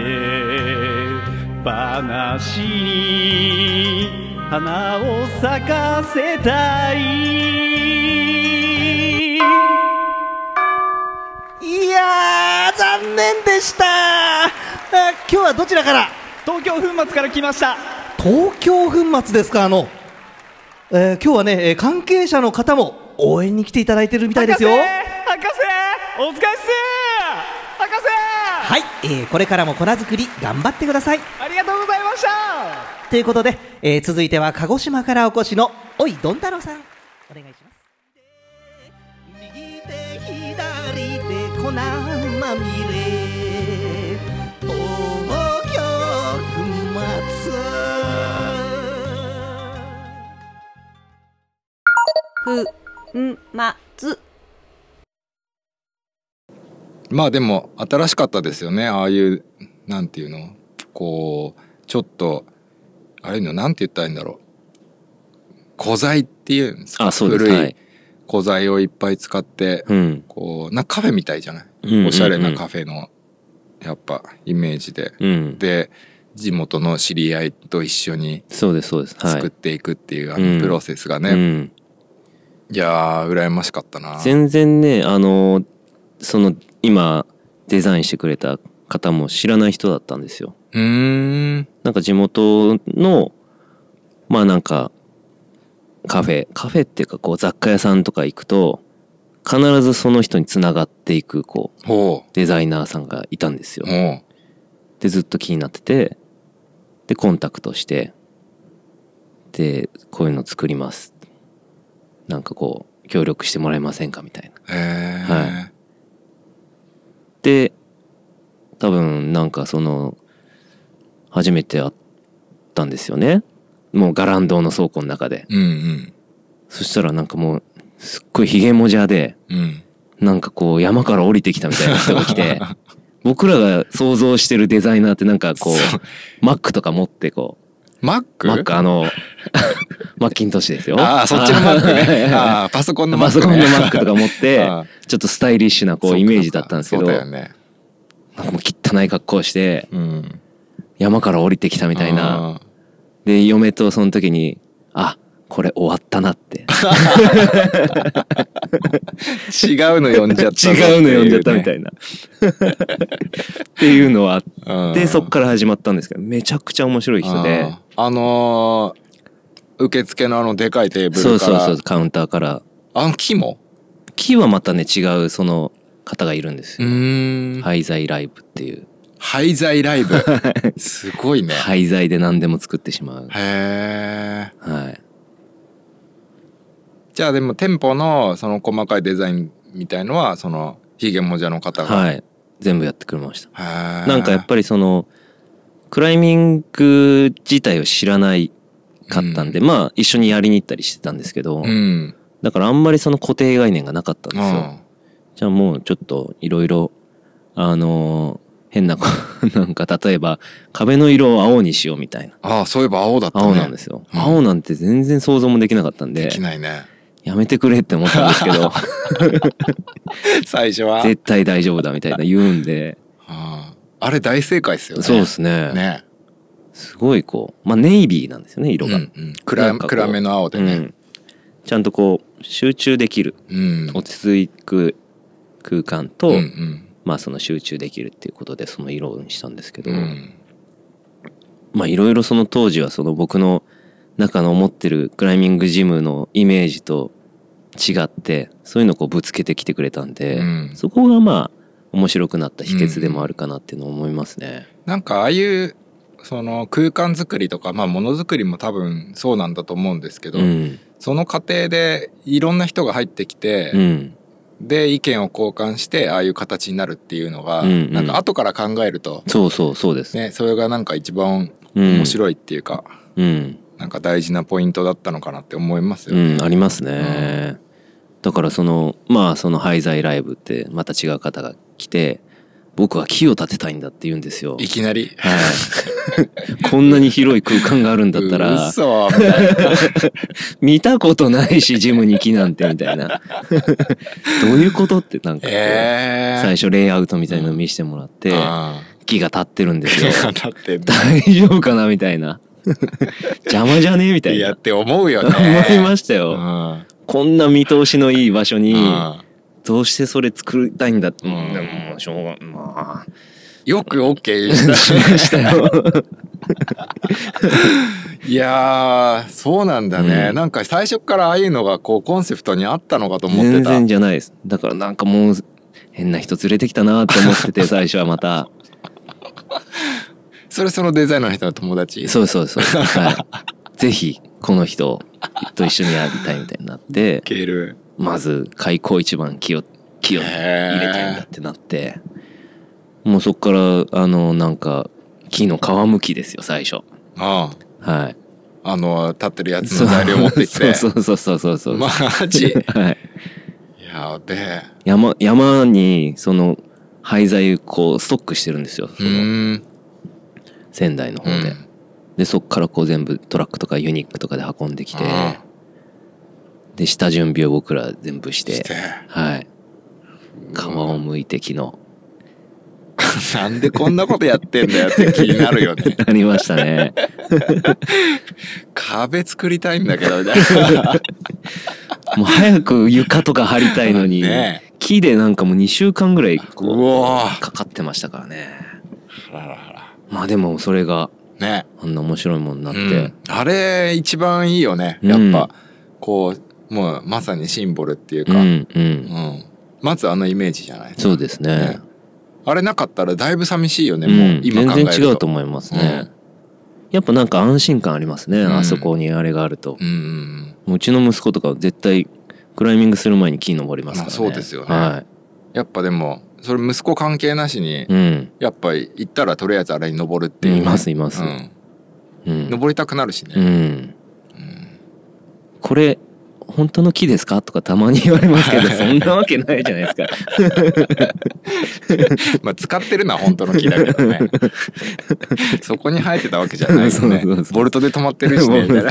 話に花を咲かせたいいやー残念でしたあ今日はどちらから東京粉末から来ました東京粉末ですかあの、えー今日はねえー関係者の方も応援に来ていただいてるみたいですよ博士お疲れっす博士はい、えーこれからも粉作り頑張ってくださいありがとうございましたということで、えー続いては鹿児島からお越しのおいどんたろうさんお願いします右手左手粉まみれ東京粉末ふんまつまあでも新しかったですよねああいうなんていうのこうちょっとあれのなんて言ったらいいんだろう古材っていうんですかあそうです古い、はい古材をいっぱい使ってうんこうなんかカフェみたいじゃない、うんうんうんおしゃれなカフェのやっぱイメージで、うんで地元の知り合いと一緒にそうですそうですはい作っていくっていう、あうのんプロセスがね、うんいやー羨ましかったな全然ねあのその今デザインしてくれた方も知らない人だったんですようーんなんか地元のまあなんかカフェカフェっていうかこう雑貨屋さんとか行くと必ずその人につながっていくこうほデザイナーさんがいたんですようほでずっと気になっててでコンタクトしてでこういうの作りますなんかこう協力してもらえませんかみたいなうへーはで多分なんかその初めて会ったんですよねもうガランドの倉庫の中でうんそしたらなんかもうすっごいヒゲもじゃでうんうんなんかこう山から降りてきたみたいな人が 来て僕らが想像してるデザイナーってなんかこそううマックとか持ってこマックうマックあ のマッキントッシュですよああ、そっちのマック ね。あああ、パソコンーのマパック、ソね。コンのマックとか持ってああちょっとスタイリッシュな こそううかイメージだったんですけどそうだなよんね。かもう汚い格好してうん。山から降りてきたみたいな。ああ。で、嫁とその時に、あ、これ終わった なって。違うの読んじゃった。違うの読んじゃったみた いな。っていうのはあっなて、そっから始まったんですけど、めちゃくちゃ面白い人で、あああのー受付のあのでかいテーブルかそうら。そうそう、カウンターから。あの木も木はまたね、違うその方がいるんですうよ。ーん。廃材ライブっていう。廃材ライブ。すごいね。廃材で何でも作ってしまう。へえ。はい。じゃあでも店舗のその細かいデザインみたいのは、そのヒゲもじゃの方が。はい。全部やってくれました。へえ。なんかやっぱりそのクライミング自体を知らないかったんで、まあ一緒にやりに行ったりしてたんですけど、うん。だからあんまりその固定概念がなかったんですよ。じゃあもうちょっといろいろあのー変なこ なんか例えば壁の色を青にしようみたいなああ、そういえば青だったね。青なんですよ、うん青なんて全然想像もできなかったんでできないね。やめてくれって思ったんです けど最初は。絶対大丈夫だみたいな言うんであああれ大正解ですよね。そうですねね。すごいこうまあネイビーなんですよね色うんが、うん、暗なんかこう暗めの青でうね。ん、ちゃんとこう集中できるうん。落ち着く空間と、うんうんまあその集中できるっていうことでその色にしたんですけど、うんまあいろいろその当時はその僕の中の思ってるクライミングジムのイメージと違ってそういうのをこうぶつけてきてくれたんで、うんそこがまあ面白くなった秘訣でもあるかなっていうのを思いますね。なんかああいうその空間作りとかまあものづくりも多分そうなんだと思うんですけど、うん。その過程でいろんな人が入ってきて、うん。で意見を交換してああいう形になるっていうのが、うんうんなんか後から考えると、そうそうそうです。ね、それがなんか一番うん、面白いっていうか、うん。なんか大事なポイントだったのかなって思いますようね。ん、ありますね、だからそのまあその廃材ライブってまた違う方が来て僕は木を建てたいんだって言うんですよ。いきなり。 はい。こんなに広い空間があるんだったら、嘘。見たことないし、ジムに木なんて、みたいな。 どういうことって、なんかこう、ええ。最初レイアウトみたいなの見せてもらって、あ木が立ってるんですよ。あだって、大丈夫かなみたいな。邪魔じゃねえみたいいやなっ。て思うよね。思いましたよ。うんこんな見通しのいい場所に、うんどうしてそれ作りたいんだって。うんでももうしょうが、まあ。よく OK した。いやー、そうなんだね。うんなんか最初からああいうのがこうコンセプトにあったのかと思って全た。然じゃないです。だからなんかもう、変な人連れてきたなって思って て、最初はまた。それそのデザイナーの人の友達。そうそうそう。はい。ぜひ、この人と一緒にやりたいみたいになって、ケール。まず、開口一番気を、気を入れたいんだってなって、もうそっから、あの、なんか、木の皮むきですよ、最初。あはい。ああの、立ってるやつの材料持ってきて。 そうそうそうそうそう。マ ジ。はい。やべえ。山、山に、その、廃材、こう、ストックしてるんですよ。うそのーん。仙台の方で。うんで、そっからこう全部トラックとかユニックとかで運んできて、あで、下準備を僕ら全部し、ーしてはい。皮を剥いて昨日。。なんでこんなことやってんだよって気になるよねなりましたね。 壁作りたいんだけど、みたい な。もう早く床とか張りたいのに、ねえ木でなんかもう2週間ぐらいこううわーかかってましたからね。あらららまあでもそれがね。あんな面白いもんになって、うんあれ一番いいよねやっぱ、こうもうまさにシンボルっていううか、うんん、うん。まずあのイメージじゃないそうですねね。あれなかったらだいぶ寂しいよね、うんもう今全考える然と違うと思いますね。やっぱなんか安心感ありますね、んあそこにあれがあると。うん、うんもううちの息子とか絶対クライミングする前に木登りますからね。まあそうですよねはやっぱでもそれ息子関係なしに、い。うん。やっぱり行ったらとりあえずあれに登るっていう、いますいます。うんうん。登りたくなるしね、うん。これ、本当の木ですかとかたまに言われますけど、そんなわけないじゃないですか。 まあ使ってるのは本当の木だけ どねそこに生えてたわけじゃないよねそうそうそうボルトで止まってるしねみたいな い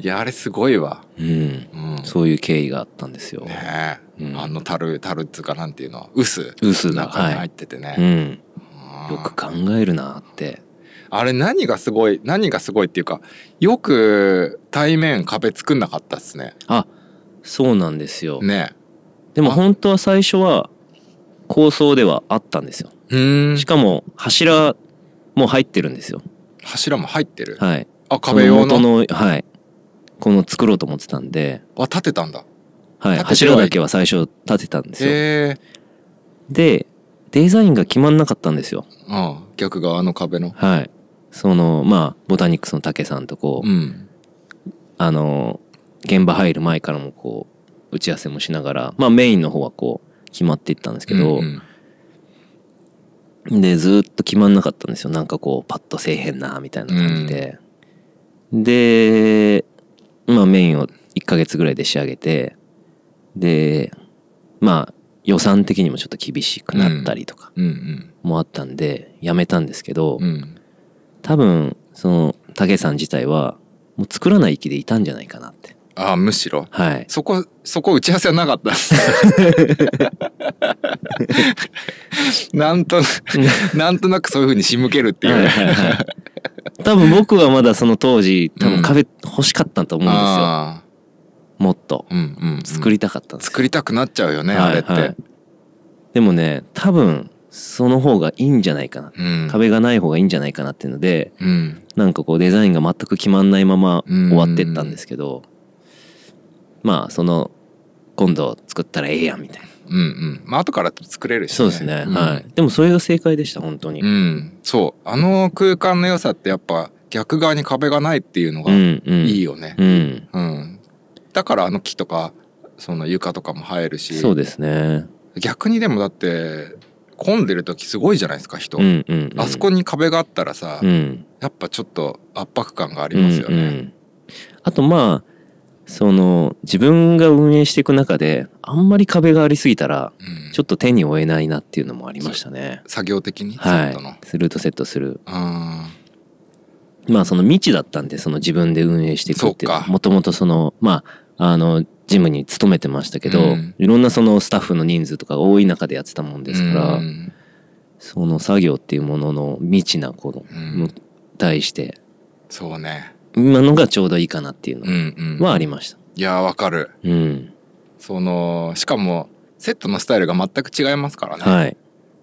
やあれすごいわ、うん。うん、そういう経緯があったんですよ。ねえ、うんあの樽樽っつうかなんていうの臼臼が中に入っててね、うん。うんよく考えるなって。あれ何がすごい何がすごいっていうかよく対面壁作んなかったっすねあ、そうなんですよ。ねでもあ本当は最初は構想ではあったんですよ。えうーんしかも柱も入ってるんですよ。柱も入ってるはい。あ壁用その元の、はい。この作ろうと思ってたんで、あ立てたんだは立ててい。はい柱だけは最初立てたんですよ。へえで、デザインが決まんなかったんですよ。うん逆側の壁のはい。その、まあ、ボタニックスの竹さんとこう、うんあの、現場入る前からもこう、打ち合わせもしながら、まあメインの方はこう、決まっていったんですけうど、んうんで、ずーっと決まんなかったんですよ。なんかこう、パッとせえへんな、みたいな感じで。で、まあメインを1ヶ月ぐらいで仕上げて、で、まあ予算的にもちょっと厳しくなったりとかうんもあったんで、やめたんですけど、うんうん多分、その、竹さん自体は、もう作らない気でいたんじゃないかなって。あむしろはい。そこそこ打ち合わせはなかったっすなんとなくなんとなくそういうふうに仕向けるっていうはいねはいはい多分僕はまだその当時、多分壁欲しかったと思うんですよ。あもっと。ーうんうんうん、作りたかったんですよ作りたくなっちゃうよね、はあいれって、はいでもね、多分、その方がいいんじゃないかな。うん、壁がない方がいいんじゃないかなっていうので、うんなんかこうデザインが全く決まんないままうん終わってったんですけど、まあ、その、今度作ったらええやんみたいな。うんうんまあ後から作れるし、ね、そうですね。んはい。でもそれが正解でした、本当に。ううんんそうあの空間の良さってやっぱ逆側に壁がないっていうのがいうん。いよね、うん。うんだからあの木とかその床とかも生えるしそうですね。逆にでもだって混んでる時すごいじゃないですか人、うんうん、うん。あそこに壁があったらさ、うん。やっぱちょっと圧迫感がありますよね、うんうんあとまあその自分が運営していく中であんまり壁がありすぎたらうんちょっと手に負えないなっていうのもありましたね。作業的にはセットのい。スルートセットする。うんまあその未知だったんで、その自分で運営していくっていうそうかもともとその、まあ、あの、ジムに勤めてましたけど、うんいろんなそのスタッフの人数とかが多い中でやってたもんですから、うんその作業っていうものの未知なこの、うんに対して、そうね今のがちょうどいいかなっていううのんうん、はありました。いやわかるうん。そのしかもセットのスタイルが全く違いますからね、はい。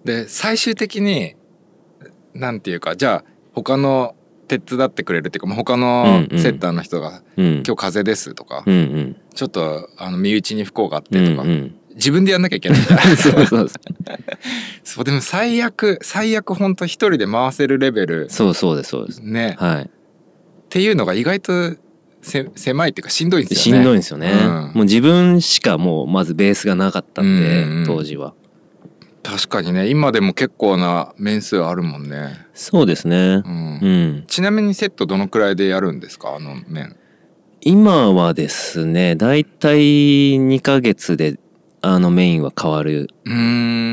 で最終的になんていうかじゃあ他の手伝ってくれるっていうかまあ他のうんうんセッターの人が「うん。今日風邪です」とか、うんうん。ちょっとあの身内に不幸があっうんて」とか、うん。自分でやんなきゃいけないからそうそうそう。 そうでも最悪最悪ほんと一人で回せるレベルそうそうです、そうです。ね、はい。っていうのが意外とせ狭いっていうかしんどいんですしよね。んどいんですよね、うんもう自分しかもうまずベースがなかったんで、うんうん当時は確かにね今でも結構な面数あるもんね。そうですねうんうん、ちなみにセットどのくらいでやるんですかあの面。今はですねだいたい2ヶ月であのメインは変わるうー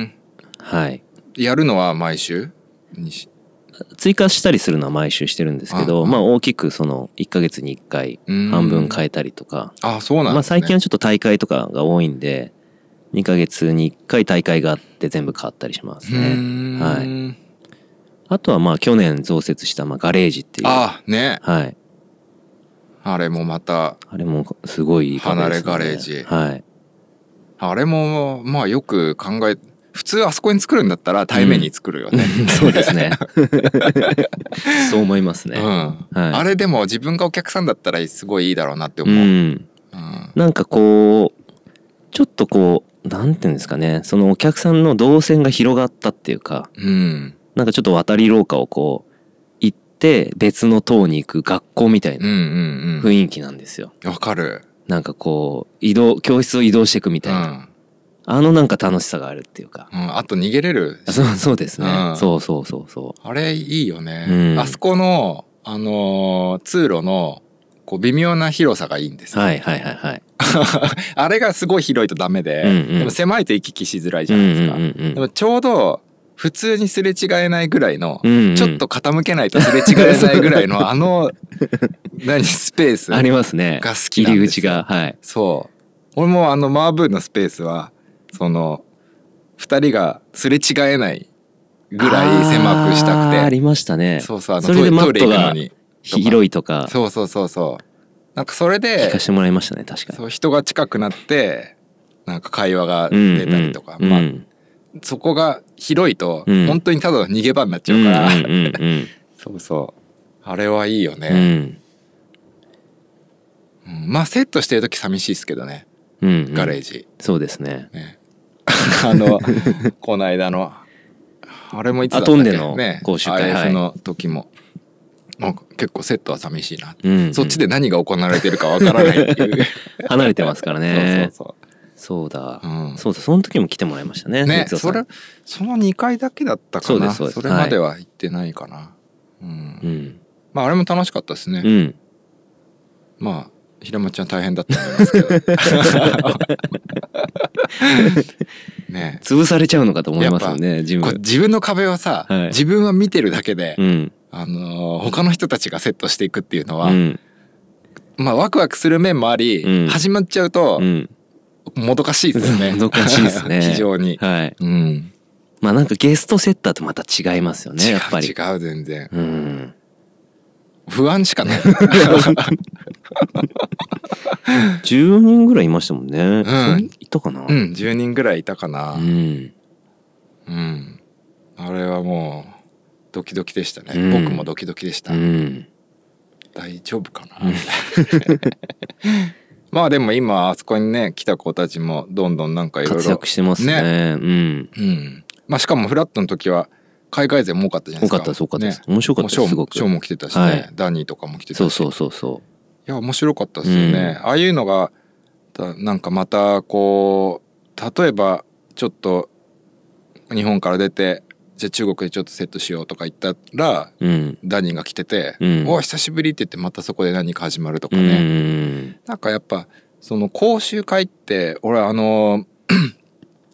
んはいやるのは毎週にし追加したりするのは毎週してるんですけどああまあ大きくその1ヶ月に1回半分変ええたりとか、あそうなんですね、まあ最近はちょっと大会とかが多いんで2ヶ月に1回大会があって全部変わったりしますうねーんはあとはまあ去年増設したまあガレージっていうあねはいあれもまたあれもすごいいい壁ですね離れガレージはい。 あれもまあよく考え普通あそこに作るんだったら対面に作るよね、そうですね。 そう思いますうね。んはいあれでも自分がお客さんだったらすごいいいだろうなってう思う、うんん。なんかこう、ちょっとこう、なんていうんですかね、そのお客さんの動線が広がったっていうか、うんなんかちょっと渡り廊下をこう、行って別の塔に行く学校みたいうんうなんうん雰囲気なんですよ。わかる、なんかこう、移動、教室を移動していくみうたいな。んあのなんか楽しさがあるっていうか。うん、あと逃げれるそうそうですうねん。そうそうそうそあれいいよね、うんあそこのあのー通路のこう微妙な広さがいいんですう。よはいはいはいはい。あれがすごい広いとダメで、うんうんでも狭いと行き来しづらいじうゃんなういでんすか。うんでもちょうど普通にすれ違えないぐらいの、うんうん。ちょっと傾けないとすれ違えないぐらいのあ の何スペースありますね。が好きなん入でりす口よが、はい。そう俺もあのマーブーのスペースはその2人がすれ違えないぐらい狭くしたくあーあてりましたね。そうそうあのそれでマトイッレトトイレ行くのがに広いとか、そうそうそうそうなんかそれ聞でかせてもらいましたね、確かに。そう人が近くなってなんか会話が出たりとか、うんまあうんそこが広いと、うん本当にただの逃げ場になっちゃうから、うんうんうんそうそうあれはいいようん。う ね、んうんまあセットしてる時寂しいですけどねうんうんガレージ、そうですね。ね あの この間のあれもいつだったあっ飛んけでのね講習会 IF の時もなんか結構セットは寂しいな、うんうんそっちで何が行われてるかわからないって いう離れてますからね。そうそうそうだ そう、う。んそうだ、その時も来てもらいましたね。ね、哲夫さそんれその2回だけだったかそうでなすそうそですれまでは行ってないかな、うんうん。まああれも楽しかったですね、うん。まあ平松ちゃん大変だったと思いますけ どね潰されちゃうのかと思いますよね、自えこう分。自分の壁をさ、はい自分は見てるだけで、うん。あのー他の人たちがセットしていくっていうのは、うん。まあワクワクする面もあり、うん始まっちゃうとう、ん。もどかしいですよ ねもどかしいです ね非常に、はい。うんまあなんかゲストセッターとまた違いますよね、違やうっぱり。違う全然うん。不安しか ない10人ぐらいいましたもんね。うんいたかなうん、10人ぐらいいたかな。う。ん。うん。あれはもう、ドキドキでしたね。うん僕もドキドキでした。うん。大丈夫かな、 まあでも今、あそこにね、来た子たちもどんどんなんかいろいろ。活躍してますね。うん。うん。まあしかもフラットの時は、海外勢も多かったじゃない多ですか。かったです、多かったです。ね面白かっもうたショでーす、すもごく。ショーも来てたしね、はいダニーとかも来てたしそうそうそうそいや面白かったですよね、ああいうのがだなんかまたこう例えばちょっと日本から出てじゃあ中国でちょっとセットしようとか言ったらうん。ダニーが来てて「うんお久しぶり」って言ってまたそこで何か始まるとかうね、ん。なんかやっぱその講習会って俺あの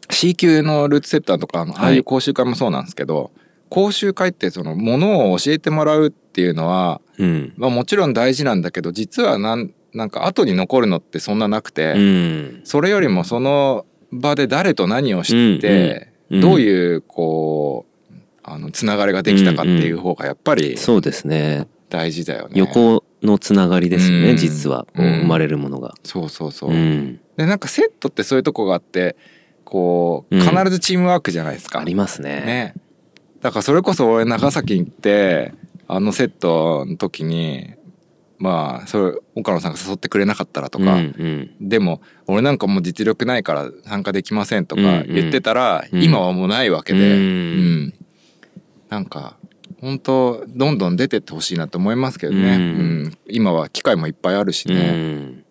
C 級のルーツセッターとかあのはいああいう講習会もそうなんですけど、講習会ってそのものを教えてもらうっていうのは、うん。まあ、もちろん大事なんだけど実はなんなんか後に残るのってそんななくて、うん。それよりもその場で誰と何を知って、うんうんどういうこうあのつながりができたかっていう方がやっぱりそうですね。大事だよね。横のつながりですようね、ん実は。こううん生まれるものが。そうそうそう、うん。でなんかセットってそういうとこがあってこううん必ずチームワークじゃないですか。ありますね。ねだからそれこそ俺長崎に行ってあのセットの時にまあそれ岡野さんが誘ってくれなかったらとうんか、うん。でも俺なんかもう実力ないから参加できませんとかうんうん言ってたら、うん今はもうないわけで、うんんなんか本当どんどん出てってほしいなと思いますけどね、うんうん今は機会もいっぱいあるしうね。ん。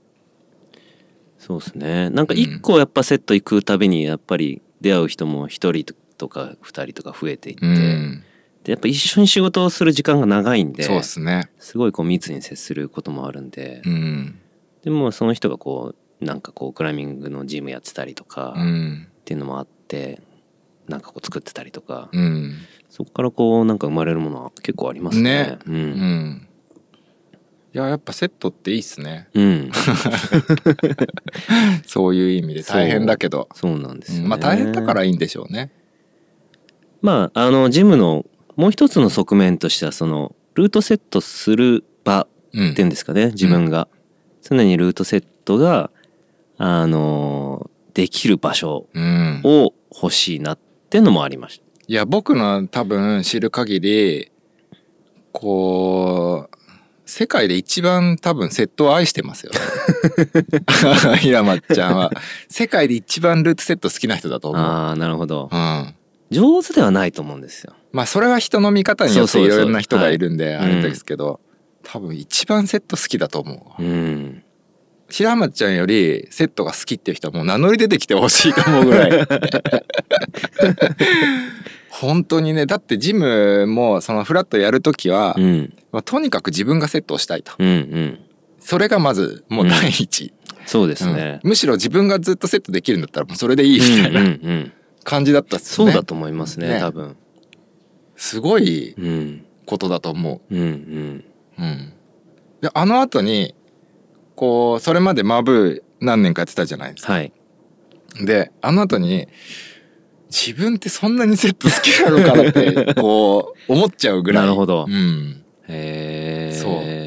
そうですね。なんか一個やっぱセット行くたびに、やっぱり出会う人も一人とか二人とか増えていって、うんでやっぱ一緒に仕事をする時間が長いんで、そうですね、すごいこう密に接することもあるんで、うんでもその人がこうなんかこうクライミングのジムやってたりとかうっんていうのもあってなんかこう作ってたりとか、うんそこからこうなんか生まれるものは結構ありますねね。ううんんいややっぱセットっていいっすねうん、そういう意味でそう大変だけど、そうなんですよ、うね。んまあ大変だからいいんでしょうねまああのジムのもう一つの側面としてはそのルートセットする場うんっていうんですかね自分が、常にルートセットがあのできる場所うんを欲しいなってのもありましいや僕の多分知る限りこう世界で一番多分セットを愛してますよ、 ね、平松ちゃんは世界で一番ルーツセット好きな人だと思た。う、ああなるほどう。ん、上手ではないと思うんですよ。まあそれは人の見方によっそてうそういそうろんな人がいるんではあいれですけど、多分一番セット好きだと思うわうん。平松ちゃんよりセットが好きっていう人はもう名乗り出てきてほしいと思うぐら い本当にねだってジムもそのフラットやるときは、うん。まあ、とにかく自分がセットをしたいとうん。うん。それがまずもう第一、そうですうんね。むしろ自分がずっとセットできるんだったらもうそれでいいみたいうんうなんうん感じだったっすそうねだと思いますね、ね多分。すごいうん。ことだと思うんうん。う、うん、であの後にこうそれまでマブー何年かやってたじゃないですかはい。で、あの後に、自分ってそんなにセット好きなのかな って、こう、思っちゃうぐらい。なるほどうん。へえ。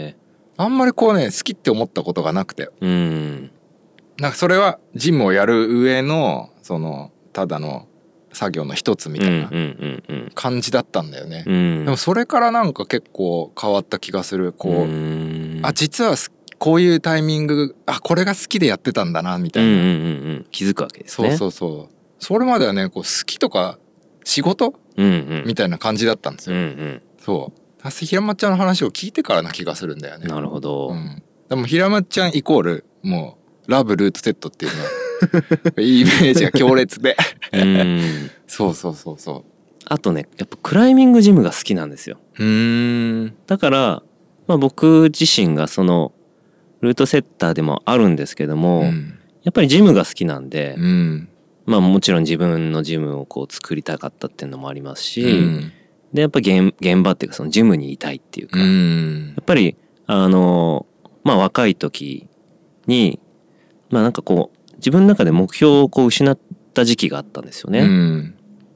あんまりこうね、好きって思ったことがなくて。う。うん。なんかそれは、ジムをやる上の、その、ただの作業の一つみうんたうんいなうん感じだったんだよね。うん。でもそれからなんか結構変わった気がする。こう、んあ、実はすこういうタイミング、あ、これが好きでやってたんだな、みたうんいな。うんうんうん。気づくわけですそうね。そううそう。それまではね、こう、好きとか、仕事そう。うんうん。みたいな感じだったんですうよ。んうん。そう。だから平松ちゃんの話を聞いてからな気がするんだよね。なるほど。うん。でも平松ちゃんイコール、もう、ラブルートセットっていうのは、 イメージが強烈 で。うん。そうそうそうそあとね、やっぱクライミングジムが好きなんですよ。う。うん。だから、まあ、僕自身がそのルートセッターでもあるんですけども、うん。やっぱりジムが好きなんで、うん。まあ、もちろん自分のジムをこう作りたかったっていうのもありますし、うん。でやっぱ現現場っていうかそのジムにいたいっていうか、うやん。っぱりあのまあ若い時にまあなんかこう自分の中で目標をこう失った時期があったんですようね、ん。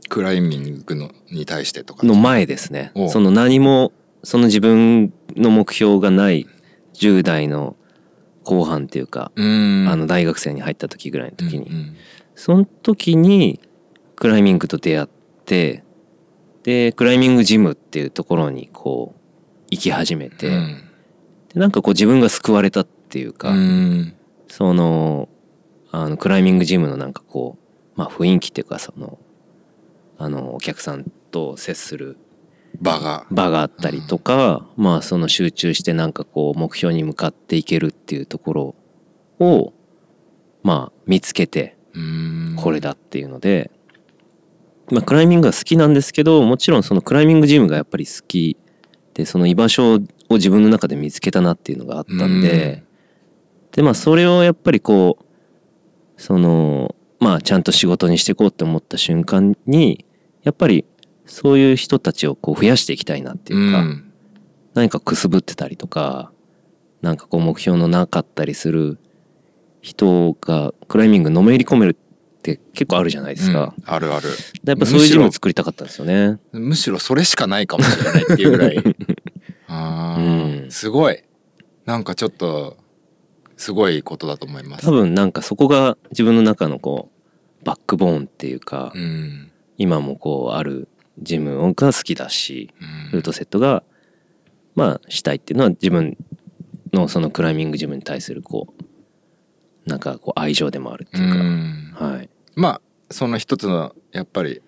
クライミングのに対してとか。の前ですねおうその何もその自分の目標がない10代の後半っていうか、うん。あの大学生に入った時ぐらいの時に、うんその時にクライミングと出会ってでクライミングジムっていうところにこう行き始めて、うん。でなんかこう自分が救われたっていうか、うん。そのあのクライミングジムのなんかこう、まあ、雰囲気っていうかそのあのお客さんと接する場が。場があったりとか、まあその集中してなんかこう目標に向かっていけるっていうところをまあ見つけてうん。これだっていうので、まあ、クライミングが好きなんですけどもちろんそのクライミングジムがやっぱり好きでその居場所を自分の中で見つけたなっていうのがあったんで、でまあそれをやっぱりこうそのまあちゃんと仕事にしていこうって思った瞬間にやっぱりそういう人たちをこう増やしていきたいなっていうか、うん何かくすぶってたりとかなんかこう目標のなかったりする人がクライミングのめり込めるって結構あるじゃないですか、あるあるでやっぱそういうジムを作りたかったんですよねむしろそれしかないかもしれないっていうぐら いあーうんすごいなんかちょっとすごいことだと思います多分なんかそこが自分の中のこうバックボーンっていうか、うん今もこうあるジムが好きだしうんルートセットがまあしたいっていうのは自分のそのクライミングジムに対するこうなんかこう愛情でもあるってういうか、んはいまあその一つのやっぱり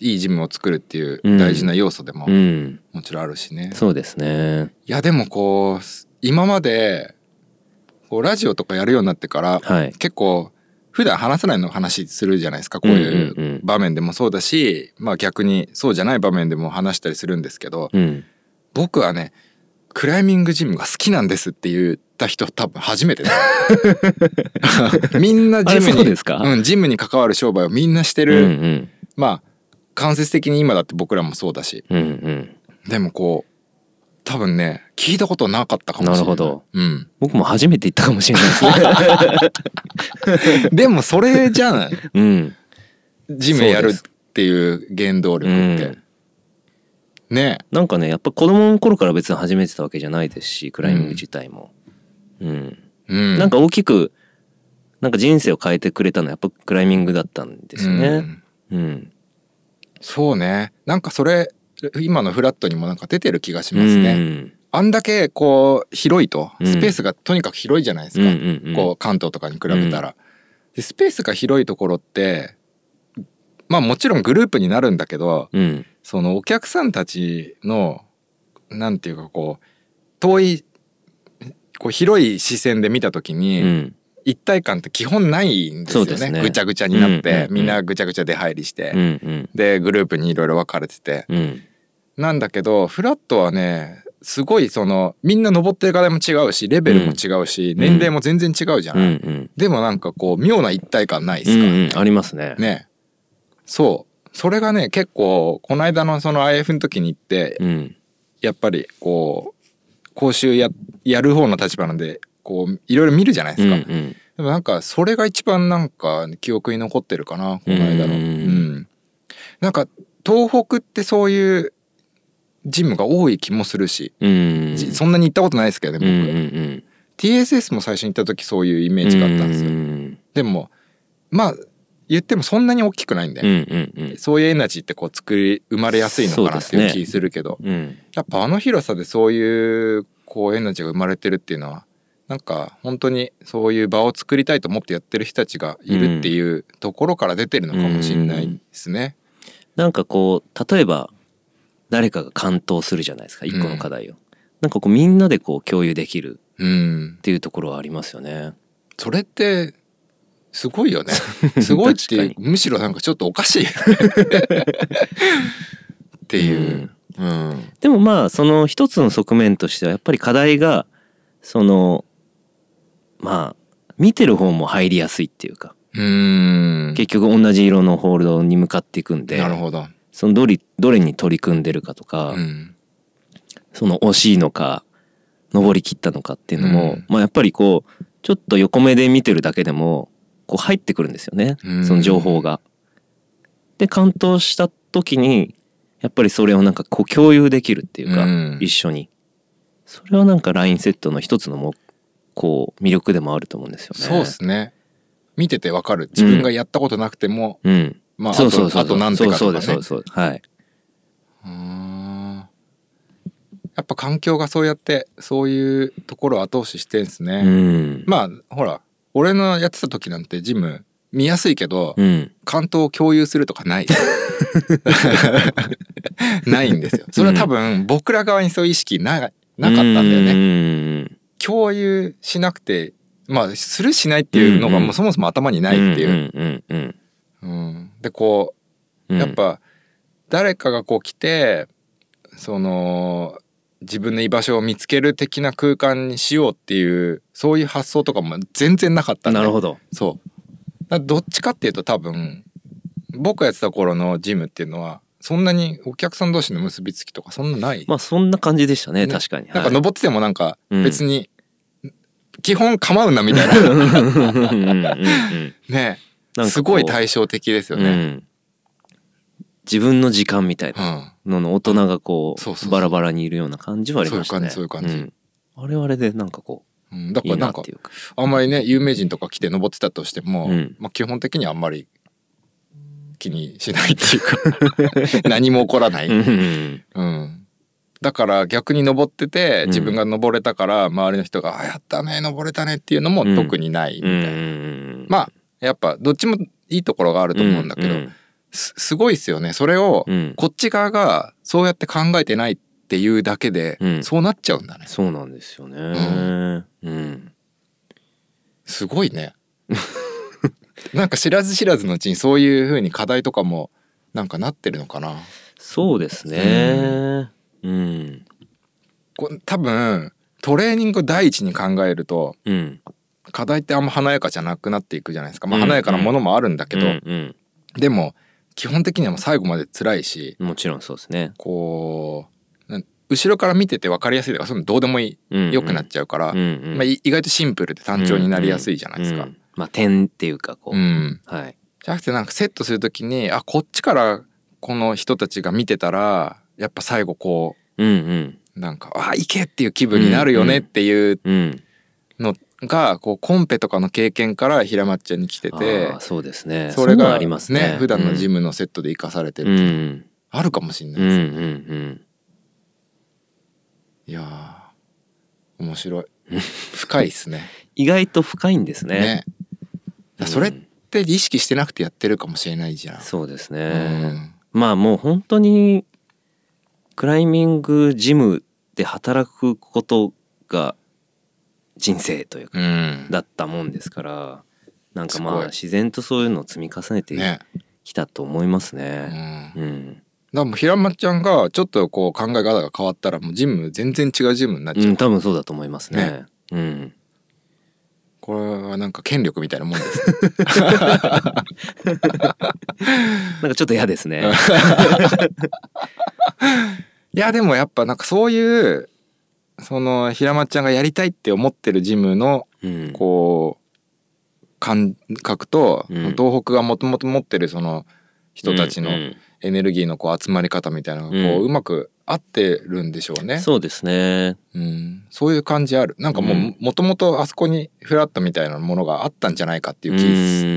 いいジムを作るっていううん大事な要素でもうんもちろんあるしね、いそうですねやでもこう今までこうラジオとかやるようになってから、はい結構普段話さないの話するじゃないですかこううんうんいううん場面でもそうだし、まあ逆にそうじゃない場面でも話したりするんですけど、うん僕はねクライミングジムが好きなんですって言った人多分初めて だよみんなジムあそうにですかうん、ジムに関わる商売をみんなしてうんる、うんまあ間接的に今だって僕らもそうだしうんうんでもこう多分ね聞いたことなかったかもしれないなるほど、うん、僕も初めて行ったかもしれないです ねでもそれじゃ ないうんジムやるっていう原動力って、ねなんかねやっぱ子供の頃から別に始めてたわけじゃないですしクライミング自体も、うんえ、うん、なんか大きくなんか人生を変えてくれたのはやっぱクライミングだったんですようねんうん、そうねなんかそれ今のフラットにもなんか出てる気がしうん、ますね、あんだけこう広いとうんスペースがとにかく広いじゃないですうんか、うんうんこう関東とかに比べたら、でスペースが広いところってまあもちろんグループになるんだけどうんそのお客さんたちのなんていうかこう遠いこう広い視線で見た時うに、ん一体感って基本ないんですよそうですねねぐちゃぐちゃになって、うんうんうんみんなぐちゃぐちゃで入りして、うんうんでグループにいろいろ分かれててうんなんだけどフラットはねすごいそのみんな登ってる課題も違うしレベルも違うし、ん年齢も全然違うじゃ、うんんうんでもなんかこう妙な一体感ないでうすか、んうんありますねねそうそれがね結構この間のその IF の時に行って、うんやっぱりこう講習ややる方の立場なんでこういろいろ見るじゃないでうすんか、うんでもなんかそれが一番なんか記憶に残ってるかなこの間の。ううんんなんか東北ってそういうジムが多い気もするし、うんじそんなに行ったことないですけどねうん僕、うんうん TSS も最初に行った時そういうイメージがあったんですよ。うんでもまあ言ってもそんなに大きくないんで、うんうんうんそういうエナジーってこう作り生まれやすいのかなってそういでうすね気するけど、うんやっぱあの広さでそういうこうエナジーが生まれてるっていうのはなんか本当にそういう場を作りたいと思ってやってる人たちがいるっていうところから出てるのかもしれないですね。なんかこう例えば誰かが完登するじゃないですか一個の課題を、なんかこうみんなでこう共有できるうん、っていうところはありますよねそれってすごいよね。すごいってい確うむしろなんかちょっとおかしいっていう。うん、でもまあその一つの側面としてはやっぱり課題がそのまあ見てる方も入りやすいっていうかうん、結局同じ色のホールドに向かっていくんでなるほど。そのどれどれに取り組んでるかとか、うん、その惜しいのか登り切ったのかっていうのも、うんまあやっぱりこうちょっと横目で見てるだけでもこう入ってくるんですよね、うんその情報が。で完登した時にやっぱりそれをなんかこう共有できるっていうか、うん一緒にそれはなんかラインセットの一つのもこう魅力でもあると思うんですよね。そうですね。見ててわかる。自分がやったことなくても、うん、まああそうそうとそうあと何手かそうとそかうそうねです。そうですはい、やっぱ環境がそうやってそういうところを後押ししてんすね、うん、まあほら俺のやってた時なんてジム見やすいけど、うん、関東を共有するとか ないないんですよそれは多分僕ら側にそういう意識ななかったんだよね、ね。共有しなくてまあするしないっていうのがうんうんもうそもそも頭にないっていう、うんうんうんうんでこうんやっぱ誰かがこう来てその自分の居場所を見つける的な空間にしようっていうそういう発想とかも全然なかった、なるどほどそうだからどっちかっていうと多分僕がやってた頃のジムっていうのはそんなにお客さん同士の結びつきとかそんなない、まあそんな感じでしたねね確かになんかはい登っててもなんかうん別に、基本構うなみたい な うんうんうんうんねなんかこうすごい対照的ですようね、ん自分の時間みたいなうんのの大人がこそうそうそううバラバラにいるような感じはありましたねそういう感じそういう感うんあれはあれでなんかこうん、だかういらいななんっかていうかあんまりね有名人とか来て登ってたとしても、うんまあ、基本的にはあんまり気にしないっていう か何も起こらない、うんうんうんうんだから逆に登っててうん自分が登れたから周りの人が「あやったね登れたね」っていうのもうん特にないみたいな、うんまあやっぱどっちもいいところがあると思うんだけど、うんすすごいっすよねそれをうんこっち側がそうやって考えてないっていうだけで、うんそうなっちゃうんだねそうなんですよねんうんすごいね なんか知らず知らずのうちにそういうふうに課題とかもなんかなってるのかなそうですねうんこう多分トレーニングを第一に考えるとうん課題ってあんま華やかじゃなくなっていくじゃないですか、まあ、うん華やかなものもあるんだけど、うんでも基本的にはもう最後まで辛いしうんもちろんそうですねこうなん後ろから見てて分かりやすいとかそういうのどうでもいい良くなっちちゃうから、ままあ、い意外とシンプルで単調になりやすいじゃないですか。うんまあ点っていうかこうはいじゃなくてなんかセットするときにあこっちからこの人たちが見てたらやっぱ最後こうんうんうなんかあいけっていう気分になるよねっていううんのがこうコンペとかの経験から平松ちゃんに来ててあーそうですねそれういうのがありますね普段のジムムのセットで生かされてうんる、うんあるかもしれなういんです、うんいやー面白い深いですね。意外と深いんです ねねうんそれって意識してなくてやってるかもしれないじゃん。そうですうねんまあもう本当にクライミングジムで働くことが人生というかうんだったもんですからなんかすまごあい自然とそういうのを積み重ねてね、きたと思いますうねんうん、だからもう平松ちゃんがちょっとこう考え方が変わったらもうジム全然違うジムになっちゃうう、ん、多分そうだと思いますねねうんこれはなんか権力みたいなもんですね なんかちょっと嫌ですねいやでもやっぱなんかそういうその平松ちゃんがやりたいって思ってるジムのうんこう感覚と、うん東北がもともと持ってるその人たちのうんエネルギーのこう集まり方みたいなのがこううんうまく合ってるんでしょうね、そうですねうん、そういう感じあるなんかもう、うんもともとあそこにフラットみたいなものがあったんじゃないかっていう気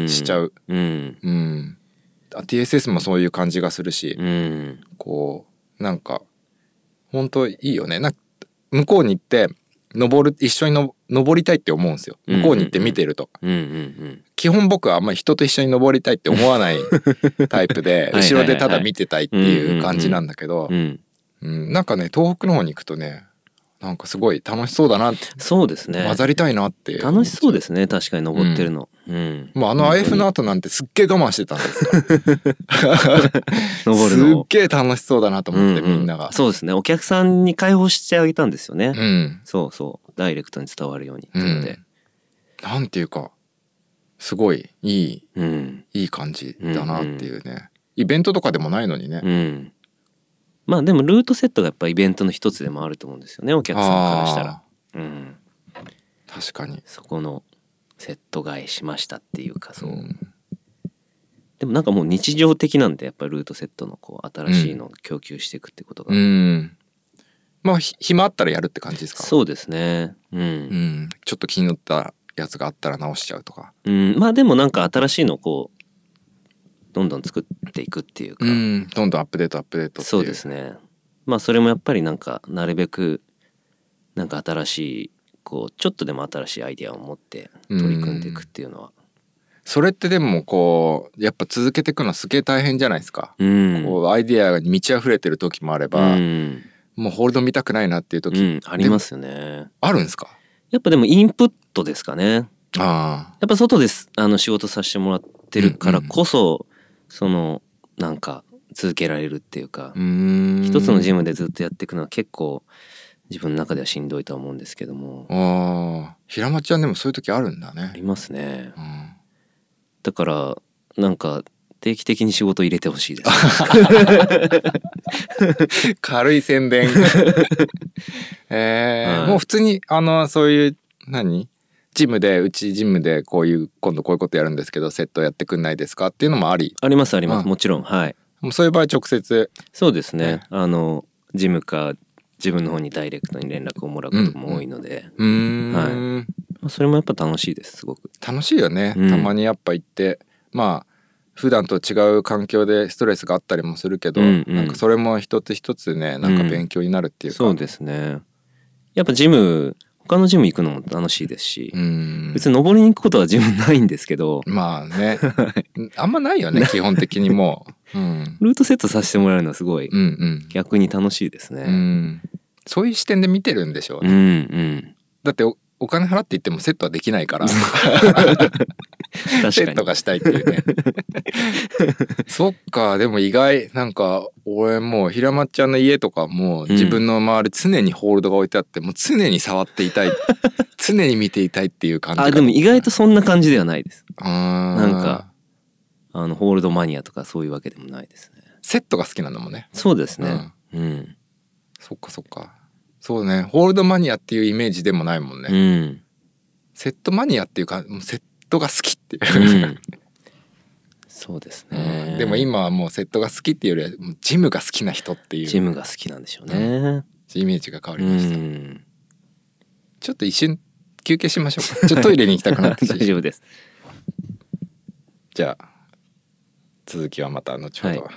うんししちゃう、うんうん、あ TSS もそういう感じがするし、うんこうなんか本当いいよねなんか向こうに行って登る一緒にの登りたいって思うんですようん向こうに行って見てると、うんうんうん基本僕はあんまり人と一緒に登りたいって思わ ないタイプでいはいはい後ろでただ見てたいっていう感じなんだけどう、んうん、なんかね東北の方に行くとねなんかすごい楽しそうだなってそうですね混ざりたいなって楽しそうですね確かに登ってるのうん、もうあの IF の後なんてすっげえ我慢してたんですから登するのっげえ楽しそうだなと思ってううみんながそうですねお客さんに解放してあげたんですよね、うんそうそうダイレクトに伝わるようにってういうのんでなんていうかすごいいいうんいい感じだなっていうねイベントとかでもないのにねうん、まあでもルートセットがやっぱイベントの一つでもあると思うんですよねお客さんからしたらあうんー確かにそこのセット買いしましたっていうかそう、うんでもなんかもう日常的なんでやっぱルートセットのこう新しいのを供給していくってことが、うんまあひ暇あったらやるって感じですかそうですねうん、うんちょっと気になったやつがあったら直しちゃうとかうん、まあでもなんか新しいのをこうどんどん作っていくっていうか、うんどんどんアップデートアップデートっていうそうですねまあそれもやっぱりなんかなるべくなんか新しいこうちょっとでも新しいアイデアを持って取り組んでいくっていうのはそれってでもこうやっぱ続けていくのすげえ大変じゃないですかうんこうアイディアに満ち溢れてる時もあれば、うんもうホールド見たくないなっていうう時、ん、ありますよねあるんですかやっぱでもインプットですかねあやっぱ外ですあの仕事させてもらってるからこそ、そのなんか続けられるっていうか、ん一つのジムでずっとやっていくのは結構自分の中ではしんどいとは思うんですけどもあああ平間ちゃんでもそういう時あるんだねりますねうんだからなんか定期的に仕事入れてほしいです 軽い宣伝 えーはいもう普通にあのそういう何ジムでうちジムでこういう今度こういうことやるんですけどセットやってくんないですかっていうのもありありますありまうすんもちろんはいもうそういう場合直接そうですねねあのジムか自分の方にダイレクトに連絡をもらうことも多いので、うーん、はまあそれもやっぱ楽しいですすごく楽しいよね、うんたまにやっぱ行ってまあ普段と違う環境でストレスがあったりもするけど、うんうんなんかそれも一つ一つねなんか勉強になるっていうか、そうですねやっぱジム他のジム行くのも楽しいですし、うん別に登りに行くことはジムないんですけどまあ ねあんまないよね基本的にもう、うん、ルートセットさせてもらえるのはすごいうんうん逆に楽しいですうねん、そういう視点で見てるんでしょう、うんうんだっておお金払っていってもセットはできないからセ確かットにがしたいっていう ねそっかでも意外なんか俺もう平松ちゃんの家とかもう自分の周り常にホールドが置いてあってもう常に触っていたい 常に見ていたいっていう感じあでも意外とそんな感じではないですななんかあのホールドマニアとかそういうわけでもないですねセットが好きなんだもんねそうですねうんそっかそっかそうねホールドマニアっていうイメージでもないもんね、うん、うんセットマニアっていうかもうセットが好きっていう、 そうですうねんでも今はもうセットが好きっていうよりはもうジムが好きな人っていジうムが好きなんでしょうねイメージが変わうりました、んちょっと一瞬休憩しましょうかちょっとトイレに行きたくなって 大丈夫ですじゃあ続きはまた後ほど、は